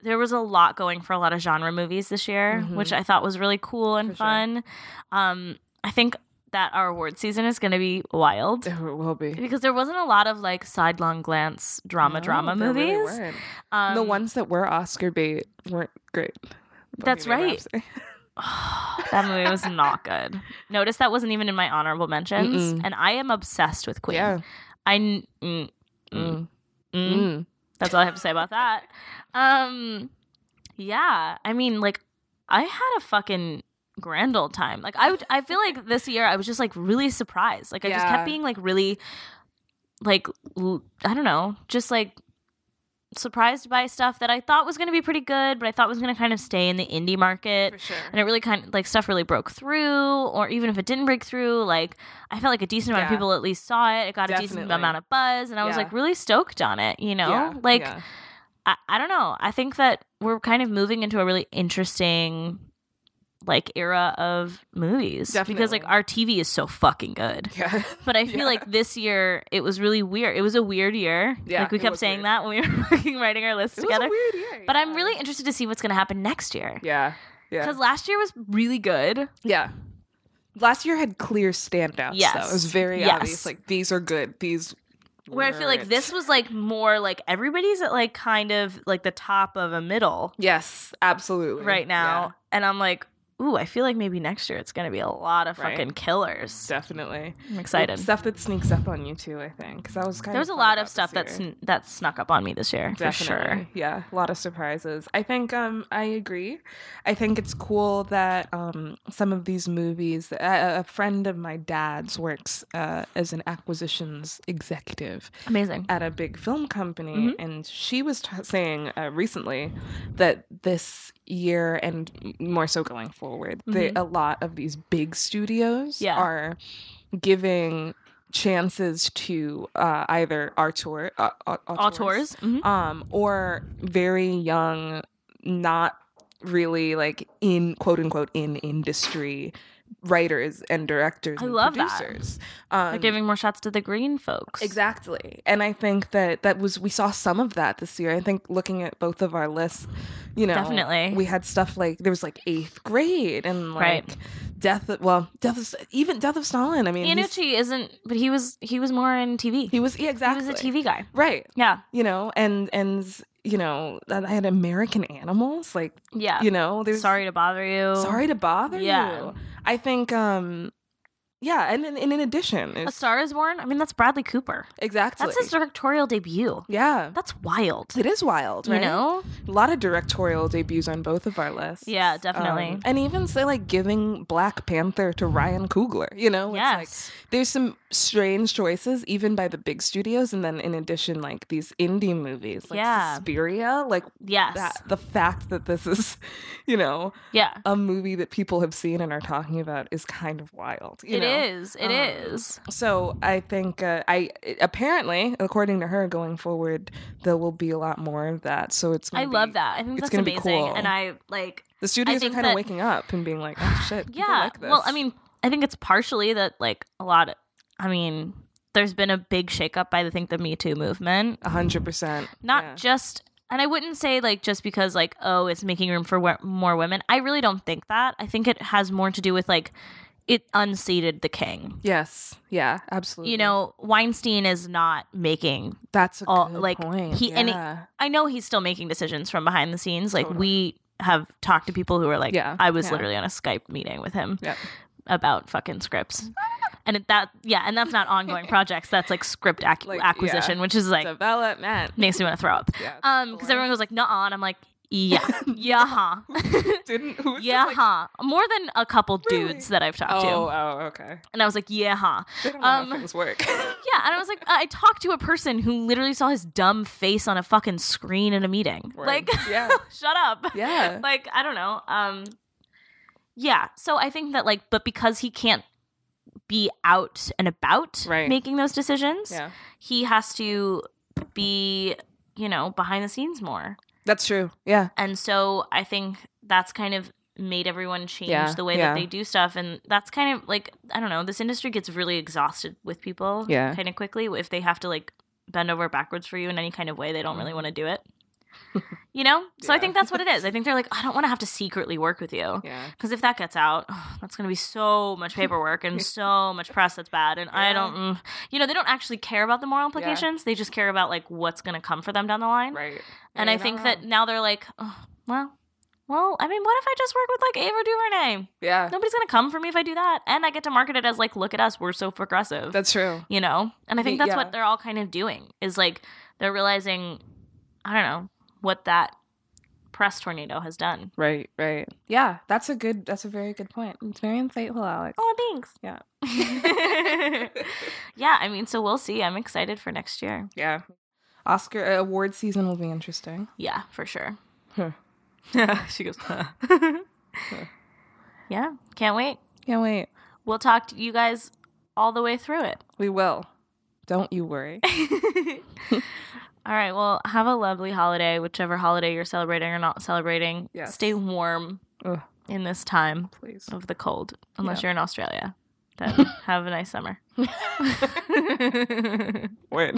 Speaker 6: there was a lot going for a lot of genre movies this year,
Speaker 5: Mhm.
Speaker 6: which I thought was really cool and
Speaker 5: For sure.
Speaker 6: fun. Um, I think that our award season is going to be wild
Speaker 5: it will be
Speaker 6: because there wasn't a lot of like sidelong glance
Speaker 5: No,
Speaker 6: drama drama
Speaker 5: there really
Speaker 6: movies.
Speaker 5: weren't.
Speaker 6: um,
Speaker 5: the ones that were oscar bait weren't great
Speaker 6: That's
Speaker 5: Bohemian
Speaker 6: right.
Speaker 5: Rhapsody.
Speaker 6: that movie was not good. Notice that wasn't even in my honorable mentions,
Speaker 5: Mm-mm.
Speaker 6: and I am obsessed with Queen.
Speaker 5: yeah
Speaker 6: I kn- mm, mm,
Speaker 5: Mm.
Speaker 6: mm.
Speaker 5: Mm.
Speaker 6: That's all I have to say about that. Um, yeah, I mean, like, I had a fucking grand old time. Like, I would, I feel like this year I was just like really surprised. Like, I just
Speaker 5: Yeah.
Speaker 6: kept being like really, like, l- I don't know, just like surprised by stuff that I thought was going to be pretty good, but I thought was going to kind of stay in the indie market
Speaker 5: for sure
Speaker 6: and it really kind of like stuff really broke through or even if it didn't break through like i felt like a decent amount
Speaker 5: Yeah.
Speaker 6: of people at least saw it it got a decent
Speaker 5: Definitely.
Speaker 6: amount of buzz and i was
Speaker 5: Yeah.
Speaker 6: like really stoked on it you know
Speaker 5: Yeah,
Speaker 6: like
Speaker 5: yeah.
Speaker 6: I, I don't know i think that we're kind of moving into a really interesting like era of movies because like
Speaker 5: Definitely.
Speaker 6: our tv is so fucking good
Speaker 5: yeah
Speaker 6: but I feel
Speaker 5: Yeah.
Speaker 6: like this year it was really weird. It was a weird year.
Speaker 5: Yeah,
Speaker 6: like we
Speaker 5: it
Speaker 6: kept
Speaker 5: was
Speaker 6: saying
Speaker 5: weird.
Speaker 6: that when we were fucking writing our list
Speaker 5: it was
Speaker 6: together.
Speaker 5: a weird year
Speaker 6: but I'm
Speaker 5: yeah.
Speaker 6: really interested to see what's going to happen next year.
Speaker 5: yeah yeah
Speaker 6: Because last year was really good.
Speaker 5: Yeah. Last year had clear standouts. Yes. Though. It was
Speaker 6: Yes.
Speaker 5: very
Speaker 6: Yes.
Speaker 5: obvious. Like these are good. These.
Speaker 6: where I feel like
Speaker 5: weren't.
Speaker 6: this was like more like everybody's at like kind of like the top of a middle
Speaker 5: Yes, absolutely.
Speaker 6: right now, and I'm like, ooh, I feel like maybe next year it's going to be a lot of
Speaker 5: Right.
Speaker 6: fucking killers.
Speaker 5: Definitely.
Speaker 6: I'm excited.
Speaker 5: Stuff that sneaks up on you too, I think. Because I was kind
Speaker 6: There
Speaker 5: of
Speaker 6: was a
Speaker 5: fun
Speaker 6: lot
Speaker 5: about
Speaker 6: of
Speaker 5: this
Speaker 6: stuff that
Speaker 5: year.
Speaker 6: sn- that snuck up on me this year for sure.
Speaker 5: Yeah, a lot of surprises. I think um I agree. I think it's cool that um some of these movies a, a friend of my dad's works uh, as an acquisitions executive
Speaker 6: Amazing.
Speaker 5: at a big film company
Speaker 6: Mhm.
Speaker 5: and she was t- saying uh, recently that this year and m- more so going forward they- a lot of these big studios
Speaker 6: Mm-hmm. Yeah.
Speaker 5: are giving chances to uh, either auteur uh, au-
Speaker 6: All tours. Mhm.
Speaker 5: um, or very young, not really like in quote unquote in industry writers and directors.
Speaker 6: I
Speaker 5: and
Speaker 6: love that.
Speaker 5: producers. Um,
Speaker 6: They're giving more shots to the green folks.
Speaker 5: Exactly. And I think that that was we saw some of that this year. I think looking at both of our lists, you know,
Speaker 6: Definitely.
Speaker 5: we had stuff like there was like 8th grade and like
Speaker 6: Right.
Speaker 5: death of, well, death of, even death of Stalin. I mean, he's-
Speaker 6: Ianucci isn't, but he was he was more in TV.
Speaker 5: he was yeah,
Speaker 6: He
Speaker 5: exactly.
Speaker 6: was a TV guy.
Speaker 5: Right.
Speaker 6: Yeah.
Speaker 5: You know, and and you know, that I had American animals like
Speaker 6: Yeah.
Speaker 5: you know there's
Speaker 6: sorry to bother you.
Speaker 5: sorry to bother
Speaker 6: Yeah.
Speaker 5: you i think um yeah and, and, and in addition
Speaker 6: A
Speaker 5: it's-
Speaker 6: Star is Born. I mean, that's Bradley Cooper.
Speaker 5: exactly
Speaker 6: That's his directorial debut.
Speaker 5: yeah
Speaker 6: That's wild.
Speaker 5: it is wild
Speaker 6: You
Speaker 5: right?
Speaker 6: know?
Speaker 5: a lot of directorial debuts on both of our lists
Speaker 6: Yeah, definitely.
Speaker 5: Um, and even say like giving black panther to ryan coogler you know It's like,
Speaker 6: yes.
Speaker 5: there's some strange choices even by the big studios and then in addition like these indie movies like
Speaker 6: Yeah.
Speaker 5: Suspiria like
Speaker 6: yes.
Speaker 5: that the fact that this is you know
Speaker 6: yeah.
Speaker 5: a movie that people have seen and are talking about is kind of wild you
Speaker 6: It
Speaker 5: know?
Speaker 6: is. It is.
Speaker 5: Um, So I think uh, I apparently, according to her, going forward, there will be a lot more of that. So it's gonna
Speaker 6: I love
Speaker 5: be-
Speaker 6: that. I think
Speaker 5: it's
Speaker 6: that's
Speaker 5: gonna be
Speaker 6: amazing.
Speaker 5: cool.
Speaker 6: And I like
Speaker 5: The studios are
Speaker 6: think
Speaker 5: kind
Speaker 6: that-
Speaker 5: of waking up and being like, "Oh shit, people
Speaker 6: yeah.
Speaker 5: like this."
Speaker 6: Well, I mean, I think it's partially that like a lot of I mean, there's been a big shakeup by I think the Me Too movement.
Speaker 5: a hundred percent,
Speaker 6: Not
Speaker 5: Yeah.
Speaker 6: just and I wouldn't say like just because like oh it's making room for wo- more women. I really don't think that. I think it has more to do with like it unseated the king.
Speaker 5: yes, yeah, absolutely.
Speaker 6: You know, Weinstein is not making
Speaker 5: that's a
Speaker 6: all-
Speaker 5: good
Speaker 6: like,
Speaker 5: point.
Speaker 6: he-
Speaker 5: yeah.
Speaker 6: and it- I know he's still making decisions from behind the scenes. Like
Speaker 5: Totally.
Speaker 6: we have talked to people who are like,
Speaker 5: Yeah,
Speaker 6: I was
Speaker 5: yeah.
Speaker 6: literally on a Skype meeting with him
Speaker 5: Yeah.
Speaker 6: about fucking scripts. And it, that, yeah, and that's not ongoing projects. That's like script ac-
Speaker 5: Like,
Speaker 6: acquisition, which is like
Speaker 5: development.
Speaker 6: makes me want to throw up.
Speaker 5: Yeah,
Speaker 6: Um, because
Speaker 5: sure.
Speaker 6: everyone goes like, "Nah," and I'm like, "Yeah, yeah, huh,
Speaker 5: Didn't who was just
Speaker 6: yeah,
Speaker 5: like-
Speaker 6: huh." More than a couple
Speaker 5: Really?
Speaker 6: dudes that I've talked
Speaker 5: oh,
Speaker 6: to,
Speaker 5: oh, okay.
Speaker 6: and I was like, "Yeah, huh."
Speaker 5: They don't know how
Speaker 6: Um,
Speaker 5: things work.
Speaker 6: Yeah, and I was like, I talked to a person who literally saw his dumb face on a fucking screen in a meeting.
Speaker 5: Word.
Speaker 6: Like,
Speaker 5: yeah,
Speaker 6: shut up.
Speaker 5: yeah,
Speaker 6: like i don't know um yeah so i think that like but because he can't be out and about
Speaker 5: Right.
Speaker 6: making those decisions
Speaker 5: yeah.
Speaker 6: he has to be you know behind the scenes more
Speaker 5: That's true. Yeah,
Speaker 6: and so i think that's kind of made everyone change
Speaker 5: Yeah,
Speaker 6: the way
Speaker 5: yeah.
Speaker 6: that they do stuff and that's kind of like i don't know this industry gets really exhausted with people
Speaker 5: Yeah.
Speaker 6: kind of quickly if they have to like bend over backwards for you in any kind of way they don't really want to do it you know so i
Speaker 5: Mm. Yeah.
Speaker 6: think that's what it is i think they're like i don't want to have to secretly work with you
Speaker 5: yeah.
Speaker 6: because if that gets out, oh, that's going to be so much paperwork and so much press that's bad. And I
Speaker 5: Yeah.
Speaker 6: don't, mm, you know, they don't actually care about the moral implications. They just care about like what's going to come for them down the line.
Speaker 5: Right.
Speaker 6: And I think that now they're like, oh, well, well, I mean, what if I just work with like Ava DuVernay?
Speaker 5: Yeah,
Speaker 6: Nobody's going to come for me if I do that. And I get to market it as like, look at us, we're so progressive,
Speaker 5: that's true.
Speaker 6: you know? And I think that's
Speaker 5: Yeah.
Speaker 6: what they're all kind of doing is like they're realizing, I don't know, what that press tornado has done.
Speaker 5: Right, right. Yeah, that's a good. That's a very good point. It's very insightful, Alex.
Speaker 6: Oh, thanks.
Speaker 5: Yeah.
Speaker 6: yeah, I mean, so we'll see. I'm excited for next year.
Speaker 5: yeah. Oscar uh, award season will be interesting.
Speaker 6: Yeah, for sure.
Speaker 5: Huh.
Speaker 6: she goes, Yeah, can't wait.
Speaker 5: Can't wait.
Speaker 6: We'll talk to you guys all the way through
Speaker 5: We will. Don't you worry.
Speaker 6: it. all right, well, have a lovely holiday, whichever holiday you're celebrating or not celebrating.
Speaker 5: Yes.
Speaker 6: Stay warm
Speaker 5: Ugh.
Speaker 6: in this time
Speaker 5: Please.
Speaker 6: of the cold, unless
Speaker 5: Yeah.
Speaker 6: you're in Australia. Then have a nice summer.
Speaker 5: Wait.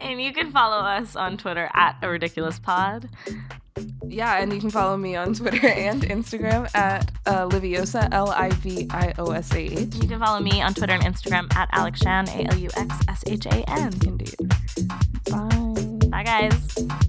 Speaker 6: And you can follow us on Twitter at a ridiculous pod.
Speaker 5: Yeah, and you can follow me on Twitter and Instagram at uh, Liviosa L I V I O S A H.
Speaker 6: You can follow me on Twitter and Instagram at Alex Shan, A L U X S H A N.
Speaker 5: Indeed. Bye.
Speaker 6: Bye, guys.